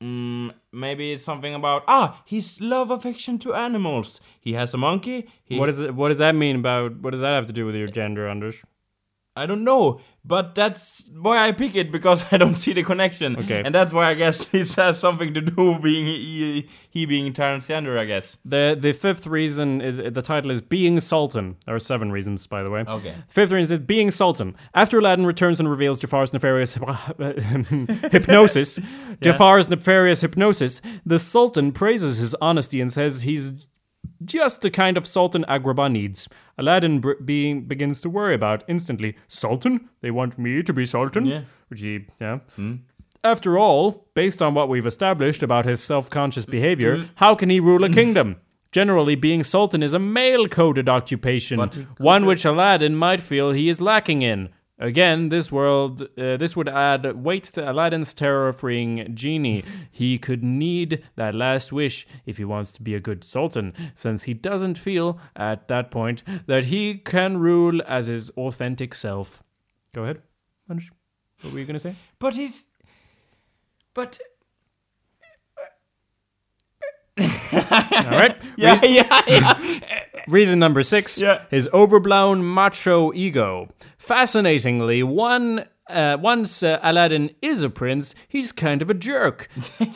Speaker 2: mm, maybe it's something about ah his love affection to animals. He has a monkey. He,
Speaker 1: what is it? What does that mean about? What does that have to do with your gender, Anders?
Speaker 2: I don't know, but that's why I pick it because I don't see the connection.
Speaker 1: Okay.
Speaker 2: And that's why I guess it has something to do with being he, he being transgender. I guess.
Speaker 1: The the fifth reason is the title is Being Sultan. There are seven reasons, by the way.
Speaker 2: Okay.
Speaker 1: Fifth reason is Being Sultan. After Aladdin returns and reveals Jafar's nefarious hypnosis, Jafar's nefarious hypnosis, the Sultan praises his honesty and says he's just the kind of Sultan Agrabah needs. Aladdin br- being begins to worry about instantly. Sultan? They want me to be Sultan?
Speaker 2: Yeah. Hmm.
Speaker 1: Which he, yeah. After all, based on what we've established about his self conscious behavior, how can he rule a kingdom? Generally, being sultan is a male coded occupation, one which Aladdin might feel he is lacking in. Again, this world, uh, this would add weight to Aladdin's terror-freeing genie. He could need that last wish if he wants to be a good sultan, since he doesn't feel at that point that he can rule as his authentic self. Go ahead, Anish. What were you gonna say?
Speaker 2: But he's. But
Speaker 1: All right.
Speaker 2: yeah, yeah, yeah.
Speaker 1: Reason number six
Speaker 2: Yeah.
Speaker 1: his overblown macho ego. Fascinatingly, one. Uh, once uh, Aladdin is a prince, he's kind of a jerk.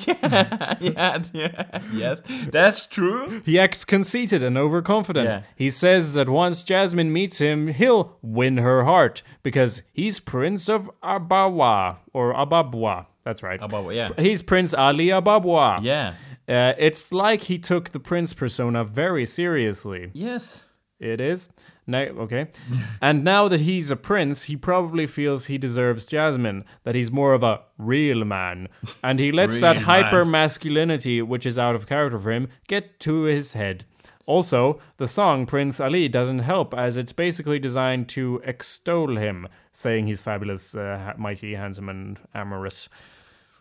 Speaker 2: yeah, yeah. Yes, that's true.
Speaker 1: He acts conceited and overconfident.
Speaker 2: Yeah.
Speaker 1: He says that once Jasmine meets him, he'll win her heart because he's Prince of Abawa or Ababwa. That's right.
Speaker 2: Ababwa, yeah.
Speaker 1: He's Prince Ali Ababwa.
Speaker 2: Yeah.
Speaker 1: Uh, it's like he took the prince persona very seriously.
Speaker 2: Yes.
Speaker 1: It is. Now, okay. and now that he's a prince, he probably feels he deserves Jasmine, that he's more of a real man. And he lets that
Speaker 2: Real man.
Speaker 1: hyper masculinity, which is out of character for him, get to his head. Also, the song Prince Ali doesn't help, as it's basically designed to extol him, saying he's fabulous, uh, ha- mighty, handsome, and amorous.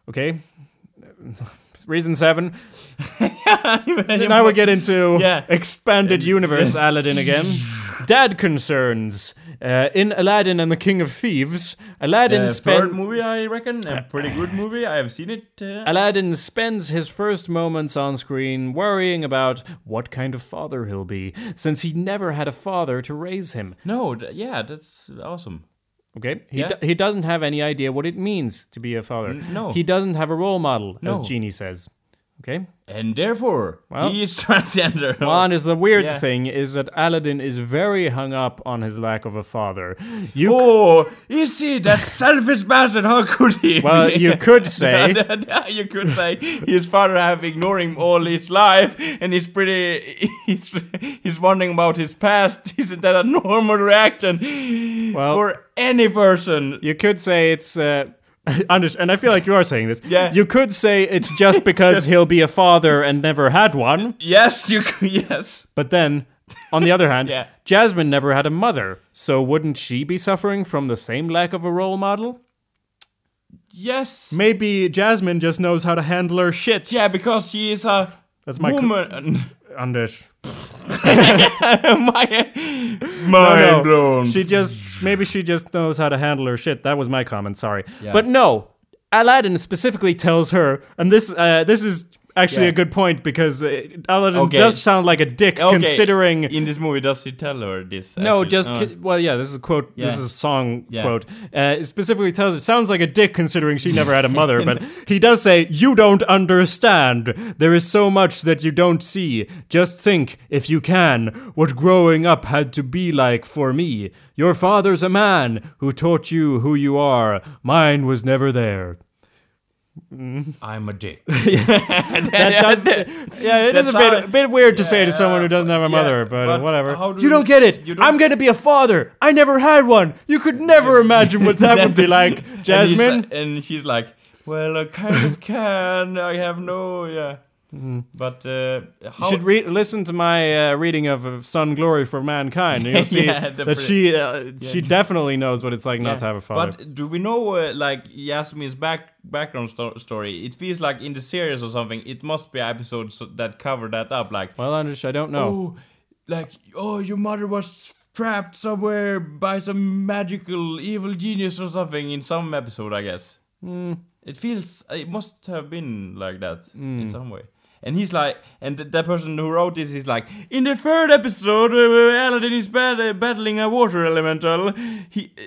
Speaker 1: Okay. Reason seven. And now we get into
Speaker 2: Yeah.
Speaker 1: expanded universe Aladdin again. Dad concerns. Uh, in Aladdin and the King of Thieves, Aladdin
Speaker 2: Uh, third
Speaker 1: spent
Speaker 2: movie, I reckon. A pretty good movie. I have seen it. Uh,
Speaker 1: Aladdin spends his first moments on screen worrying about what kind of father he'll be, since he never had a father to raise him.
Speaker 2: no, th- yeah, that's awesome.
Speaker 1: Okay, he
Speaker 2: Yeah.
Speaker 1: do- he doesn't have any idea what it means to be a father.
Speaker 2: no.
Speaker 1: he doesn't have a role model,
Speaker 2: No.
Speaker 1: as Genie says. Okay,
Speaker 2: And therefore, he is transgender.
Speaker 1: One is the weird
Speaker 2: Yeah.
Speaker 1: thing is that Aladdin is very hung up on his lack of a father. You
Speaker 2: Oh, is he that selfish bastard? How could he?
Speaker 1: Well, you could say-
Speaker 2: you could say his father have ignored him all his life, and he's pretty. He's he's wondering about his past. Isn't that a normal reaction
Speaker 1: Well-
Speaker 2: for any person?
Speaker 1: you could say it's uh, Anders, and I feel like you are saying this.
Speaker 2: Yeah.
Speaker 1: You could say it's just because he'll be a father and never had one,
Speaker 2: Yes, you. c- Yes.
Speaker 1: but then on the other hand,
Speaker 2: Yeah.
Speaker 1: Jasmine never had a mother, so wouldn't she be suffering from the same lack of a role model?
Speaker 2: Yes.
Speaker 1: Maybe Jasmine just knows how to handle her shit.
Speaker 2: Yeah, because she is a
Speaker 1: That's my co-
Speaker 2: woman.
Speaker 1: Anders.
Speaker 2: my
Speaker 1: No,
Speaker 2: mind
Speaker 1: no.
Speaker 2: blown.
Speaker 1: She just maybe she just knows how to handle her shit. That was my comment. Sorry, but no, Aladdin specifically tells her, and this uh, this is actually
Speaker 2: Yeah.
Speaker 1: a good point because uh, Aladdin
Speaker 2: Okay.
Speaker 1: does sound like a dick
Speaker 2: Okay,
Speaker 1: considering.
Speaker 2: in this movie, does he tell her this?
Speaker 1: no,
Speaker 2: actually?
Speaker 1: just
Speaker 2: Uh.
Speaker 1: ki- well, yeah. This is a quote. This
Speaker 2: Yeah.
Speaker 1: is a song
Speaker 2: Yeah.
Speaker 1: quote. Uh, it specifically tells it sounds like a dick considering she never had a mother, but he does say, "You don't understand. There is so much that you don't see. Just think, if you can, what growing up had to be like for me. Your father's a man who taught you who you are. Mine was never there."
Speaker 2: I'm a dick.
Speaker 1: That does, yeah, it
Speaker 2: that
Speaker 1: is a bit,
Speaker 2: sound-
Speaker 1: a bit weird to say to someone who
Speaker 2: yeah,
Speaker 1: doesn't have a
Speaker 2: yeah,
Speaker 1: mother, but,
Speaker 2: but
Speaker 1: whatever.
Speaker 2: how do
Speaker 1: you
Speaker 2: you-
Speaker 1: don't get it.
Speaker 2: you don't-
Speaker 1: I'm going to be a father. I never had one. You could never imagine what that would be like,
Speaker 2: And he's
Speaker 1: Jasmine.
Speaker 2: like- and she's like, "Well, I kind of can. I have no, yeah." But uh, how?
Speaker 1: Mm. You should re- listen to my uh, reading of, of Sun Glory for Mankind. and You'll see
Speaker 2: Yeah,
Speaker 1: that
Speaker 2: the pre-
Speaker 1: she uh, she definitely knows what it's like
Speaker 2: yeah.
Speaker 1: not to have a father.
Speaker 2: But do we know uh, like Yasmin's back background sto- story? It feels like in the series or something. It must be episodes that cover that up. Like,
Speaker 1: well, Anders, I don't know.
Speaker 2: oh, like oh, your mother was trapped somewhere by some magical evil genius or something in some episode, I guess.
Speaker 1: Hmm.
Speaker 2: It feels it must have been like that
Speaker 1: Hmm.
Speaker 2: in some way. And he's like, and th- that person who wrote this is like, in the third episode, uh, Aladdin is bat- uh, battling a water elemental. He, uh,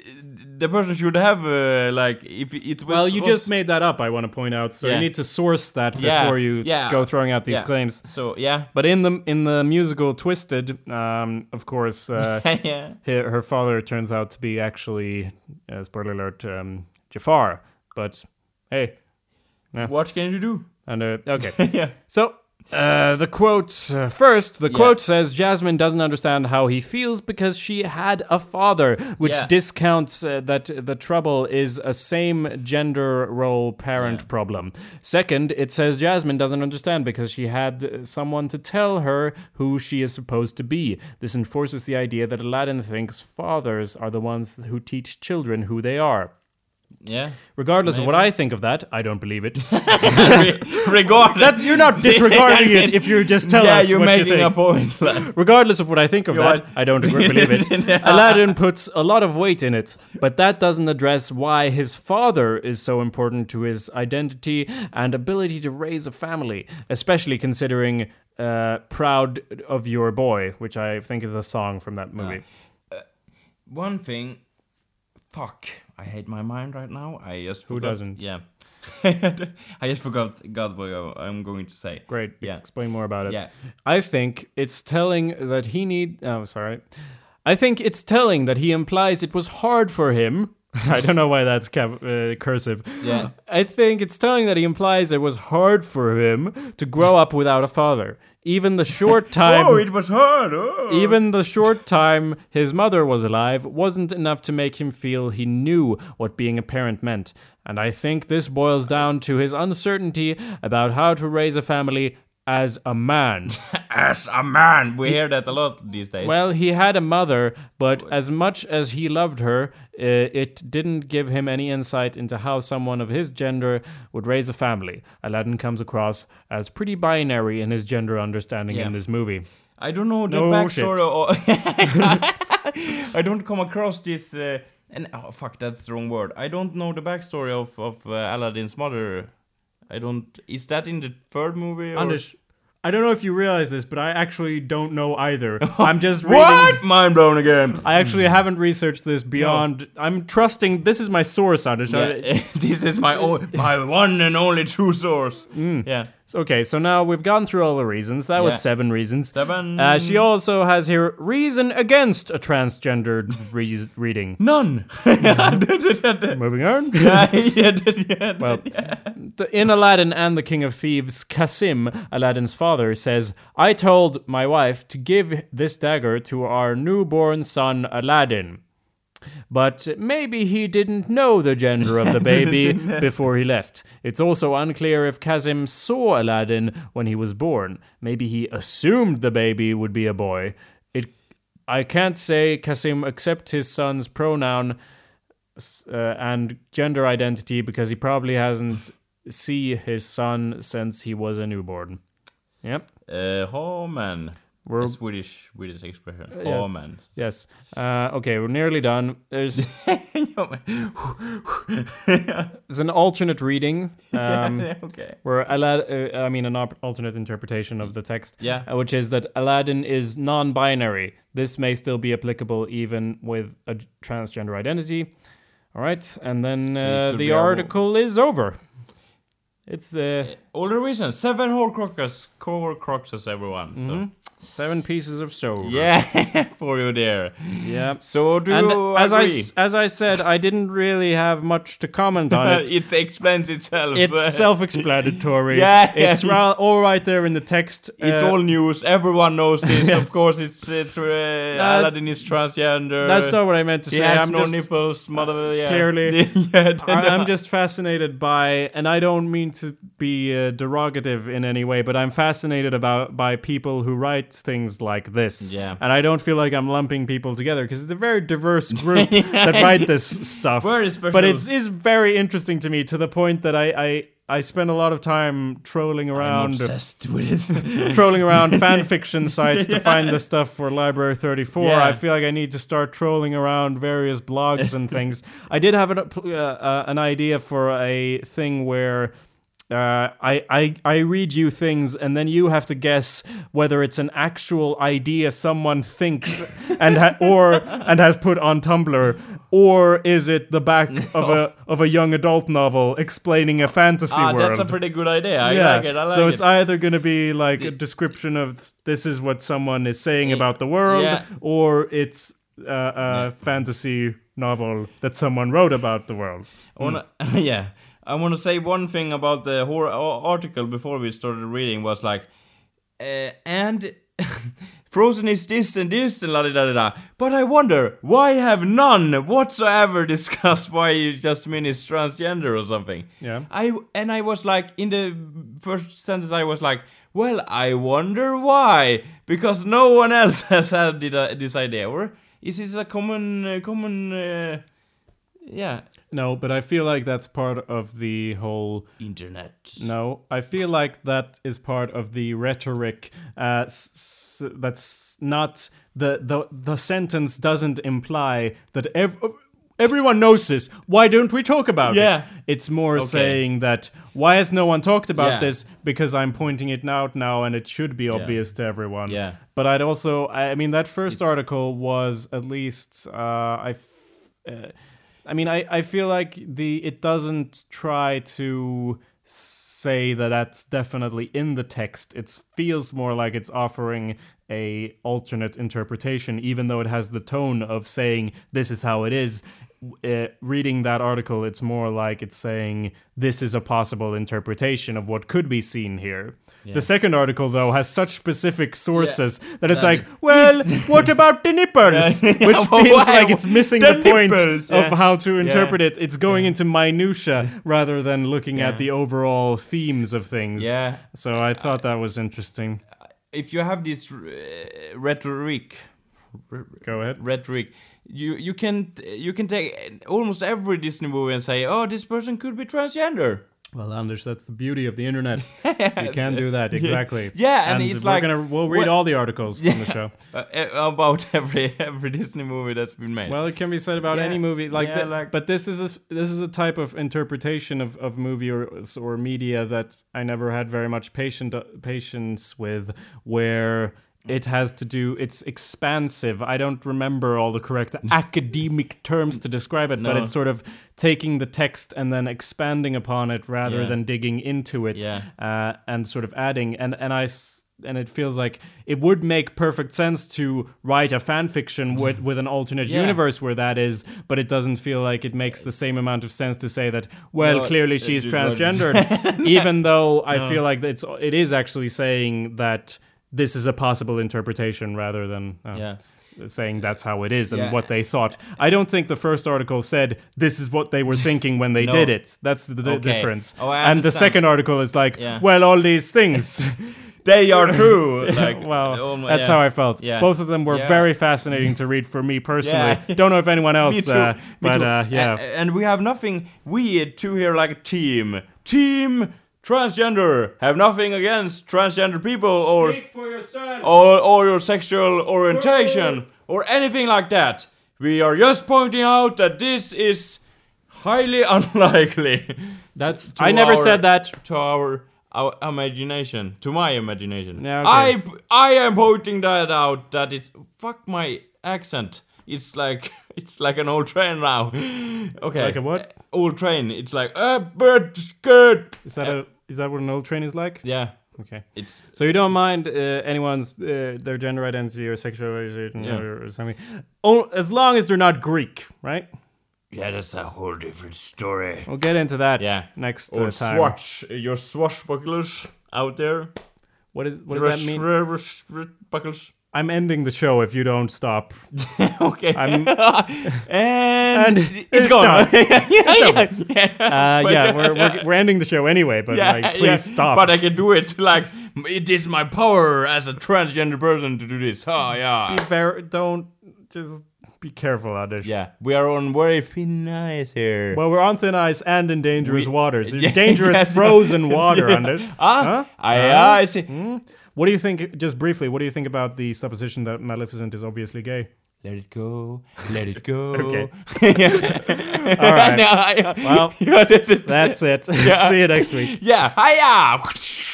Speaker 2: the person should have uh, like, if it was
Speaker 1: Well, you
Speaker 2: was-
Speaker 1: just made that up, I want to point out. So
Speaker 2: Yeah.
Speaker 1: you need to source that before
Speaker 2: Yeah,
Speaker 1: you
Speaker 2: yeah,
Speaker 1: go throwing out these
Speaker 2: yeah.
Speaker 1: claims.
Speaker 2: So yeah,
Speaker 1: But in the in the musical Twisted, um, of course, uh,
Speaker 2: yeah.
Speaker 1: her, her father turns out to be actually, uh, spoiler alert, um, Jafar. But hey,
Speaker 2: What can you do?
Speaker 1: and uh, okay.
Speaker 2: yeah.
Speaker 1: So, uh, the quote uh, first, the quote says Jasmine doesn't understand how he feels because she had a father, which
Speaker 2: Yeah.
Speaker 1: discounts uh, that the trouble is a same gender role parent problem. Second, it says Jasmine doesn't understand because she had uh, someone to tell her who she is supposed to be. This enforces the idea that Aladdin thinks fathers are the ones who teach children who they are.
Speaker 2: Yeah.
Speaker 1: Regardless of what I think of that, I don't believe it.
Speaker 2: Regard
Speaker 1: That's you're not disregarding it if you just tell
Speaker 2: yeah,
Speaker 1: us
Speaker 2: you're
Speaker 1: what
Speaker 2: making
Speaker 1: you think.
Speaker 2: a point. Like,
Speaker 1: Regardless of what I think of
Speaker 2: You're
Speaker 1: that,
Speaker 2: right.
Speaker 1: I don't agree- believe it. Aladdin puts a lot of weight in it, but that doesn't address why his father is so important to his identity and ability to raise a family, especially considering uh, Proud of Your Boy, which I think is the song from that movie.
Speaker 2: one thing, fuck, I hate my mind right now. I just who forgot.
Speaker 1: doesn't?
Speaker 2: Yeah, I just forgot. God, what I'm going to say.
Speaker 1: Great.
Speaker 2: Yeah.
Speaker 1: Explain more about it.
Speaker 2: Yeah.
Speaker 1: I think it's telling that he need. Oh, sorry. I think it's telling that he implies it was hard for him. I don't know why that's cap- uh, cursive.
Speaker 2: Yeah.
Speaker 1: I think it's telling that he implies it was hard for him to grow up without a father. Even the short time.
Speaker 2: Oh, it was hard. Oh.
Speaker 1: Even the short time his mother was alive wasn't enough to make him feel he knew what being a parent meant. And I think this boils down to his uncertainty about how to raise a family as a man.
Speaker 2: as a man, we hear that a lot these days.
Speaker 1: Well, he had a mother, but as much as he loved her, uh, it didn't give him any insight into how someone of his gender would raise a family. Aladdin comes across as pretty binary in his gender understanding
Speaker 2: Yeah.
Speaker 1: in this movie.
Speaker 2: I don't know the
Speaker 1: No
Speaker 2: backstory. Or I don't come across this. Uh, and oh fuck, that's the wrong word. I don't know the backstory of of uh, Aladdin's mother. I don't. Is that in the third movie? Or?
Speaker 1: Anders, I don't know if you realize this, but I actually don't know either. I'm just reading.
Speaker 2: What? Hmm. Mind blown again.
Speaker 1: I actually haven't researched this beyond. I'm trusting. This is my source, Anders. I-
Speaker 2: Yeah, this is my own, my one and only true source.
Speaker 1: Mm.
Speaker 2: Yeah,
Speaker 1: So- Okay, so now we've gone through all the reasons. That was
Speaker 2: Yeah. Hmm.
Speaker 1: seven reasons.
Speaker 2: Seven.
Speaker 1: Uh, she also has here reason against a transgendered re- reading.
Speaker 2: none.
Speaker 1: Moving on.
Speaker 2: yeah, yeah,
Speaker 1: Well, the- in Aladdin and the King of Thieves, Kasim, Aladdin's father, says, I told my wife to give this dagger to our newborn son, Aladdin. But maybe he didn't know the gender of the baby before he left. It's also unclear if Kazim saw Aladdin when he was born. Maybe he assumed the baby would be a boy. It, I can't say Kasim accepts his son's pronoun uh, and gender identity because he probably hasn't see his son since he was a newborn. Yep.
Speaker 2: Uh, oh man,
Speaker 1: We're- Uh,
Speaker 2: A Swedish Swedish expression. Oh man.
Speaker 1: Yes. Uh, okay, we're nearly done. There's there's an alternate reading. Um,
Speaker 2: okay.
Speaker 1: where Alad, uh, I mean, an op- alternate interpretation of the text,
Speaker 2: Yeah.
Speaker 1: uh, which is that Aladdin is non-binary. This may still be applicable even with a g- transgender identity. All right, and then uh,
Speaker 2: could
Speaker 1: the
Speaker 2: be our-
Speaker 1: article is over. It's uh,
Speaker 2: All the reasons. Seven horcruxes, core croxes, everyone.
Speaker 1: Mm-hmm.
Speaker 2: So
Speaker 1: seven pieces of soul.
Speaker 2: yeah, for you there.
Speaker 1: Yep.
Speaker 2: So do
Speaker 1: And
Speaker 2: you
Speaker 1: as I
Speaker 2: agree?
Speaker 1: s- as I said, I didn't really have much to comment on it.
Speaker 2: it explains itself.
Speaker 1: It's self-explanatory.
Speaker 2: Yeah, yeah,
Speaker 1: it's
Speaker 2: yeah.
Speaker 1: ra- all right there in the text.
Speaker 2: It's
Speaker 1: Uh,
Speaker 2: all news. Everyone knows this.
Speaker 1: Yes.
Speaker 2: Of course, it's it's uh, Aladdin is transgender.
Speaker 1: That's not what I meant to
Speaker 2: He
Speaker 1: say.
Speaker 2: has
Speaker 1: I'm
Speaker 2: uh, no
Speaker 1: just
Speaker 2: nipples, mother. Yeah. er
Speaker 1: Clearly.
Speaker 2: yeah, then-
Speaker 1: I, I'm just fascinated by, and I don't mean to be uh, derogative in any way, but I'm fascinated about by people who write things like this.
Speaker 2: Yeah.
Speaker 1: And I don't feel like I'm lumping people together because it's a very diverse group that write this stuff.
Speaker 2: Very
Speaker 1: But
Speaker 2: special.
Speaker 1: it is very interesting to me to the point that I. I I spend a lot of time trolling around
Speaker 2: obsessed with it.
Speaker 1: trolling around fan fiction sites to find the stuff for Library 34.
Speaker 2: Yeah.
Speaker 1: I feel like I need to start trolling around various blogs and things. I did have an, uh, uh, an idea for a thing where. Uh, I, I I read you things and then you have to guess whether it's an actual idea someone thinks and ha- or and has put on Tumblr or is it the back of a of a young adult novel explaining a fantasy
Speaker 2: ah,
Speaker 1: world
Speaker 2: that's a pretty good idea. I like it. I like
Speaker 1: so
Speaker 2: it.
Speaker 1: it's either going to be like a description of this is what someone is saying about the world,
Speaker 2: Yeah.
Speaker 1: or it's uh, a fantasy novel that someone wrote about the world.
Speaker 2: I wanna, yeah, I want to say one thing about the horror article before we started reading was like, uh, and Frozen is this and this and la da da da. da. But I wonder why have none whatsoever discussed why you just mean it's transgender or something.
Speaker 1: Yeah.
Speaker 2: I and I was like in the first sentence I was like, well, I wonder why because no one else has had it, uh, this idea. Or is this a common uh, common? Uh, yeah,
Speaker 1: No, but I feel like that's part of the whole.
Speaker 2: internet.
Speaker 1: No, I feel like that is part of the rhetoric. Uh, s- s- that's not the the the sentence doesn't imply that ev- everyone knows this. Why don't we talk about
Speaker 2: Yeah.
Speaker 1: it? It's more saying that why has no one talked about
Speaker 2: Yeah.
Speaker 1: this? Because I'm pointing it out now, and it should be obvious to everyone.
Speaker 2: Yeah.
Speaker 1: But I'd also, I I mean, that first article was at least, uh, I, f- uh, I mean, I, I feel like the it doesn't try to say that that's definitely in the text. It feels more like it's offering a alternate interpretation, even though it has the tone of saying this is how it is. Uh, reading that article, it's more like it's saying this is a possible interpretation of what could be seen here. The second article, though, has such specific sources that it's like, well, what about the nippers?
Speaker 2: Yeah.
Speaker 1: Which
Speaker 2: Well,
Speaker 1: feels
Speaker 2: why-
Speaker 1: like it's missing
Speaker 2: the
Speaker 1: the, point
Speaker 2: nipples,
Speaker 1: of
Speaker 2: yeah.
Speaker 1: how to interpret it. It's going into minutia rather than looking at the overall themes of things.
Speaker 2: Yeah.
Speaker 1: So I thought that was interesting.
Speaker 2: If you have this uh, rhetoric,
Speaker 1: Go ahead.
Speaker 2: rhetoric, you you can you can take almost every Disney movie and say, oh, this person could be transgender.
Speaker 1: Well, Anders, that's the beauty of the internet. you can do that exactly.
Speaker 2: Yeah, and it's
Speaker 1: we're
Speaker 2: like-
Speaker 1: gonna, we'll read
Speaker 2: what-
Speaker 1: all the articles on the show.
Speaker 2: Uh, e- about every every Disney movie that's been made.
Speaker 1: Well, it can be said about
Speaker 2: Yeah,
Speaker 1: any movie, like,
Speaker 2: yeah,
Speaker 1: that.
Speaker 2: like-
Speaker 1: But this is a this is a type of interpretation of, of movie or or media that I never had very much patient patience with, where it has to do. It's expansive. I don't remember all the correct academic terms to describe it, but
Speaker 2: No.
Speaker 1: it's sort of taking the text and then expanding upon it rather
Speaker 2: Yeah.
Speaker 1: than digging into it
Speaker 2: Yeah.
Speaker 1: uh, and sort of adding and and I s- and it feels like it would make perfect sense to write a fan fiction with, with an alternate
Speaker 2: Mm-hmm. Yeah.
Speaker 1: universe where that is, but it doesn't feel like it makes the same amount of sense to say that well,
Speaker 2: No,
Speaker 1: clearly
Speaker 2: it-
Speaker 1: she is
Speaker 2: it doesn't.
Speaker 1: transgendered, even though I feel like it's it is actually saying that this is a possible interpretation rather than uh,
Speaker 2: Yeah.
Speaker 1: saying that's how it is and
Speaker 2: Yeah.
Speaker 1: what they thought. I don't think the first article said this is what they were thinking when they
Speaker 2: No.
Speaker 1: did it. That's the d-
Speaker 2: Okay.
Speaker 1: difference.
Speaker 2: Oh, I
Speaker 1: and the
Speaker 2: understand.
Speaker 1: second article is like,
Speaker 2: Yeah.
Speaker 1: well, all these things.
Speaker 2: they are true. like,
Speaker 1: well,
Speaker 2: almo-
Speaker 1: that's
Speaker 2: Oh, yeah.
Speaker 1: how I felt.
Speaker 2: Yeah.
Speaker 1: Both of them were
Speaker 2: Yeah.
Speaker 1: very fascinating to read for me personally.
Speaker 2: Yeah.
Speaker 1: Don't know if anyone else,
Speaker 2: Me too.
Speaker 1: uh,
Speaker 2: me
Speaker 1: but
Speaker 2: too. Eh,
Speaker 1: Uh, yeah.
Speaker 2: A- And, we have nothing. We two here like a team. Team transgender have nothing against transgender people or
Speaker 1: for yourself.
Speaker 2: or, or your sexual orientation or anything like that. We are just pointing out that this is highly unlikely.
Speaker 1: That's.
Speaker 2: To
Speaker 1: I never
Speaker 2: our-
Speaker 1: said that.
Speaker 2: to our our imagination, to my imagination.
Speaker 1: Yeah, okay.
Speaker 2: I p- I am pointing that out. That it's fuck my accent. It's like it's like an old train now. Okay.
Speaker 1: Like a what?
Speaker 2: Old train. It's like uh, but good.
Speaker 1: Is that a? Is that what an old train is like?
Speaker 2: Yeah.
Speaker 1: Okay.
Speaker 2: It's
Speaker 1: So you don't mind uh, anyone's uh, their gender identity or sexual orientation
Speaker 2: Yeah.
Speaker 1: or, or something, oh, as long as they're not Greek, right?
Speaker 2: yeah. That's a whole different story.
Speaker 1: We'll get into that
Speaker 2: Yeah.
Speaker 1: next uh,
Speaker 2: Or
Speaker 1: time.
Speaker 2: swatch your swashbucklers out there.
Speaker 1: What is what
Speaker 2: Your
Speaker 1: does that mean?
Speaker 2: swashbucklers.
Speaker 1: I'm ending the show if you don't stop.
Speaker 2: Okay.
Speaker 1: I'm,
Speaker 2: and,
Speaker 1: And
Speaker 2: it's,
Speaker 1: it's
Speaker 2: gone.
Speaker 1: done.
Speaker 2: yeah, yeah, yeah.
Speaker 1: uh, yeah, we're,
Speaker 2: yeah.
Speaker 1: we're we're ending the show anyway, but like, please stop.
Speaker 2: But I can do it. Like it is my power as a transgender person to do this. Oh yeah.
Speaker 1: Be ver- don't just be careful, Anders.
Speaker 2: Yeah, we are on very thin ice here.
Speaker 1: Well, we're on thin ice and in dangerous waters.
Speaker 2: Yeah,
Speaker 1: dangerous
Speaker 2: yeah.
Speaker 1: frozen water, Anders.
Speaker 2: ah, I, I see.
Speaker 1: Hmm? What do you think, just briefly, what do you think about the supposition that Maleficent is obviously gay?
Speaker 2: Let it go, let it go.
Speaker 1: Okay.
Speaker 2: All
Speaker 1: right.
Speaker 2: well,
Speaker 1: Well, That's it. See you next week.
Speaker 2: yeah, hiya.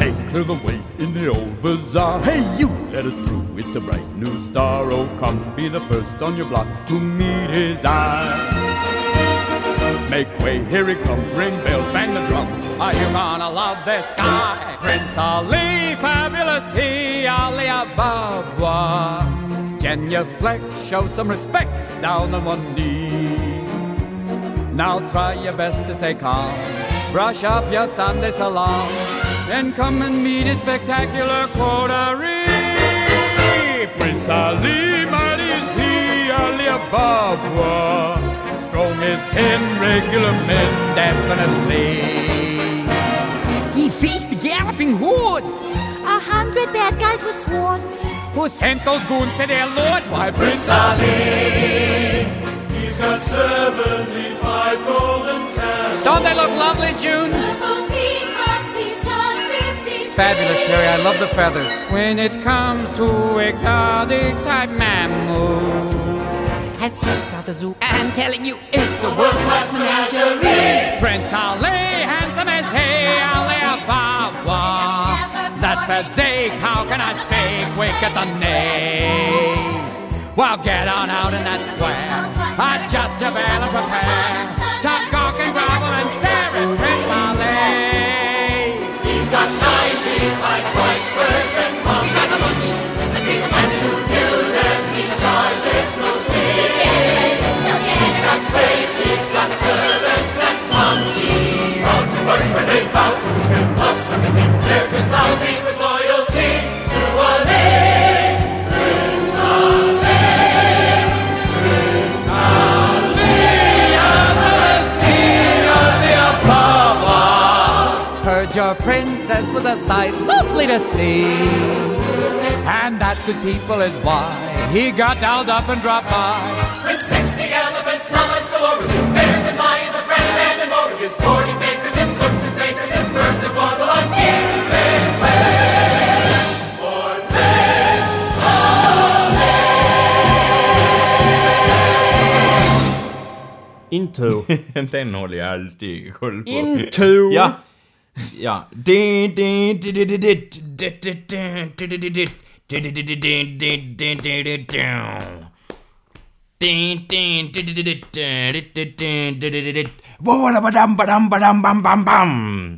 Speaker 3: Hey, clear the way in the old bazaar. Hey, you, let us through. It's a bright new star. Oh, come, be the first on your block to meet his eye. Make way, here he comes. Ring bells, bang the drums. Are you gonna love this guy? Prince Ali, fabulous he, Ali Ababa. Genuflect, show some respect down on one knee. Now try your best to stay calm. Brush up your Sunday salon. Then come and meet his spectacular coterie. Prince Ali, mighty is he, Ali Ababa. Strong as ten regular men, definitely.
Speaker 4: He faced the galloping hordes.
Speaker 5: A hundred bad guys with swords.
Speaker 3: Who sent those goons to their lords? Why, Prince Ali.
Speaker 6: He's got 75 golden cats.
Speaker 3: Don't they look lovely, June? Fabulous, Harry. I love the feathers. When it comes to exotic type mammals,
Speaker 4: Has he got a zoo? I'm telling you, it's a
Speaker 6: World-class menagerie.
Speaker 3: Prince Ali, handsome as he, Ali Ababa. That physique, how can I speak? We get the name. Well, get on out in that square. Adjust your veil and prepare. To gawk and grovel and stare at Prince Ali.
Speaker 6: He's got 95 white virgin moms. He's got the monkeys. And to kill them, he charges no fee. He's got slaves, he's got servants and monkeys. Proud to work for him, bow to his will, love everything. They're just lousy with loyalty to a lady. Prince Ali.
Speaker 3: Heard your princess was a sight lovely to see. And that good people is why he got dolled up and dropped by.
Speaker 6: With 60 elephants, llamas galore, with his bears and lions, a fresh man and more, with his 40 bakers, his cooks, his bakers, his birds, and Babylon. Give it for this.
Speaker 1: Into.
Speaker 2: Den håller jag alltid koll på.
Speaker 1: Into.
Speaker 2: Ja. Ja. Din, din, di, di, di, dit, dit, dit, din, di, di, di, dit, di, di, di, di, din, din, din, di, di, din. Din, din, di, di, di, dit, di, di, di, din, di, di, di, dit. Wo, wa, da, ba, dam, ba, dam, ba, dam, bam, bam, bam.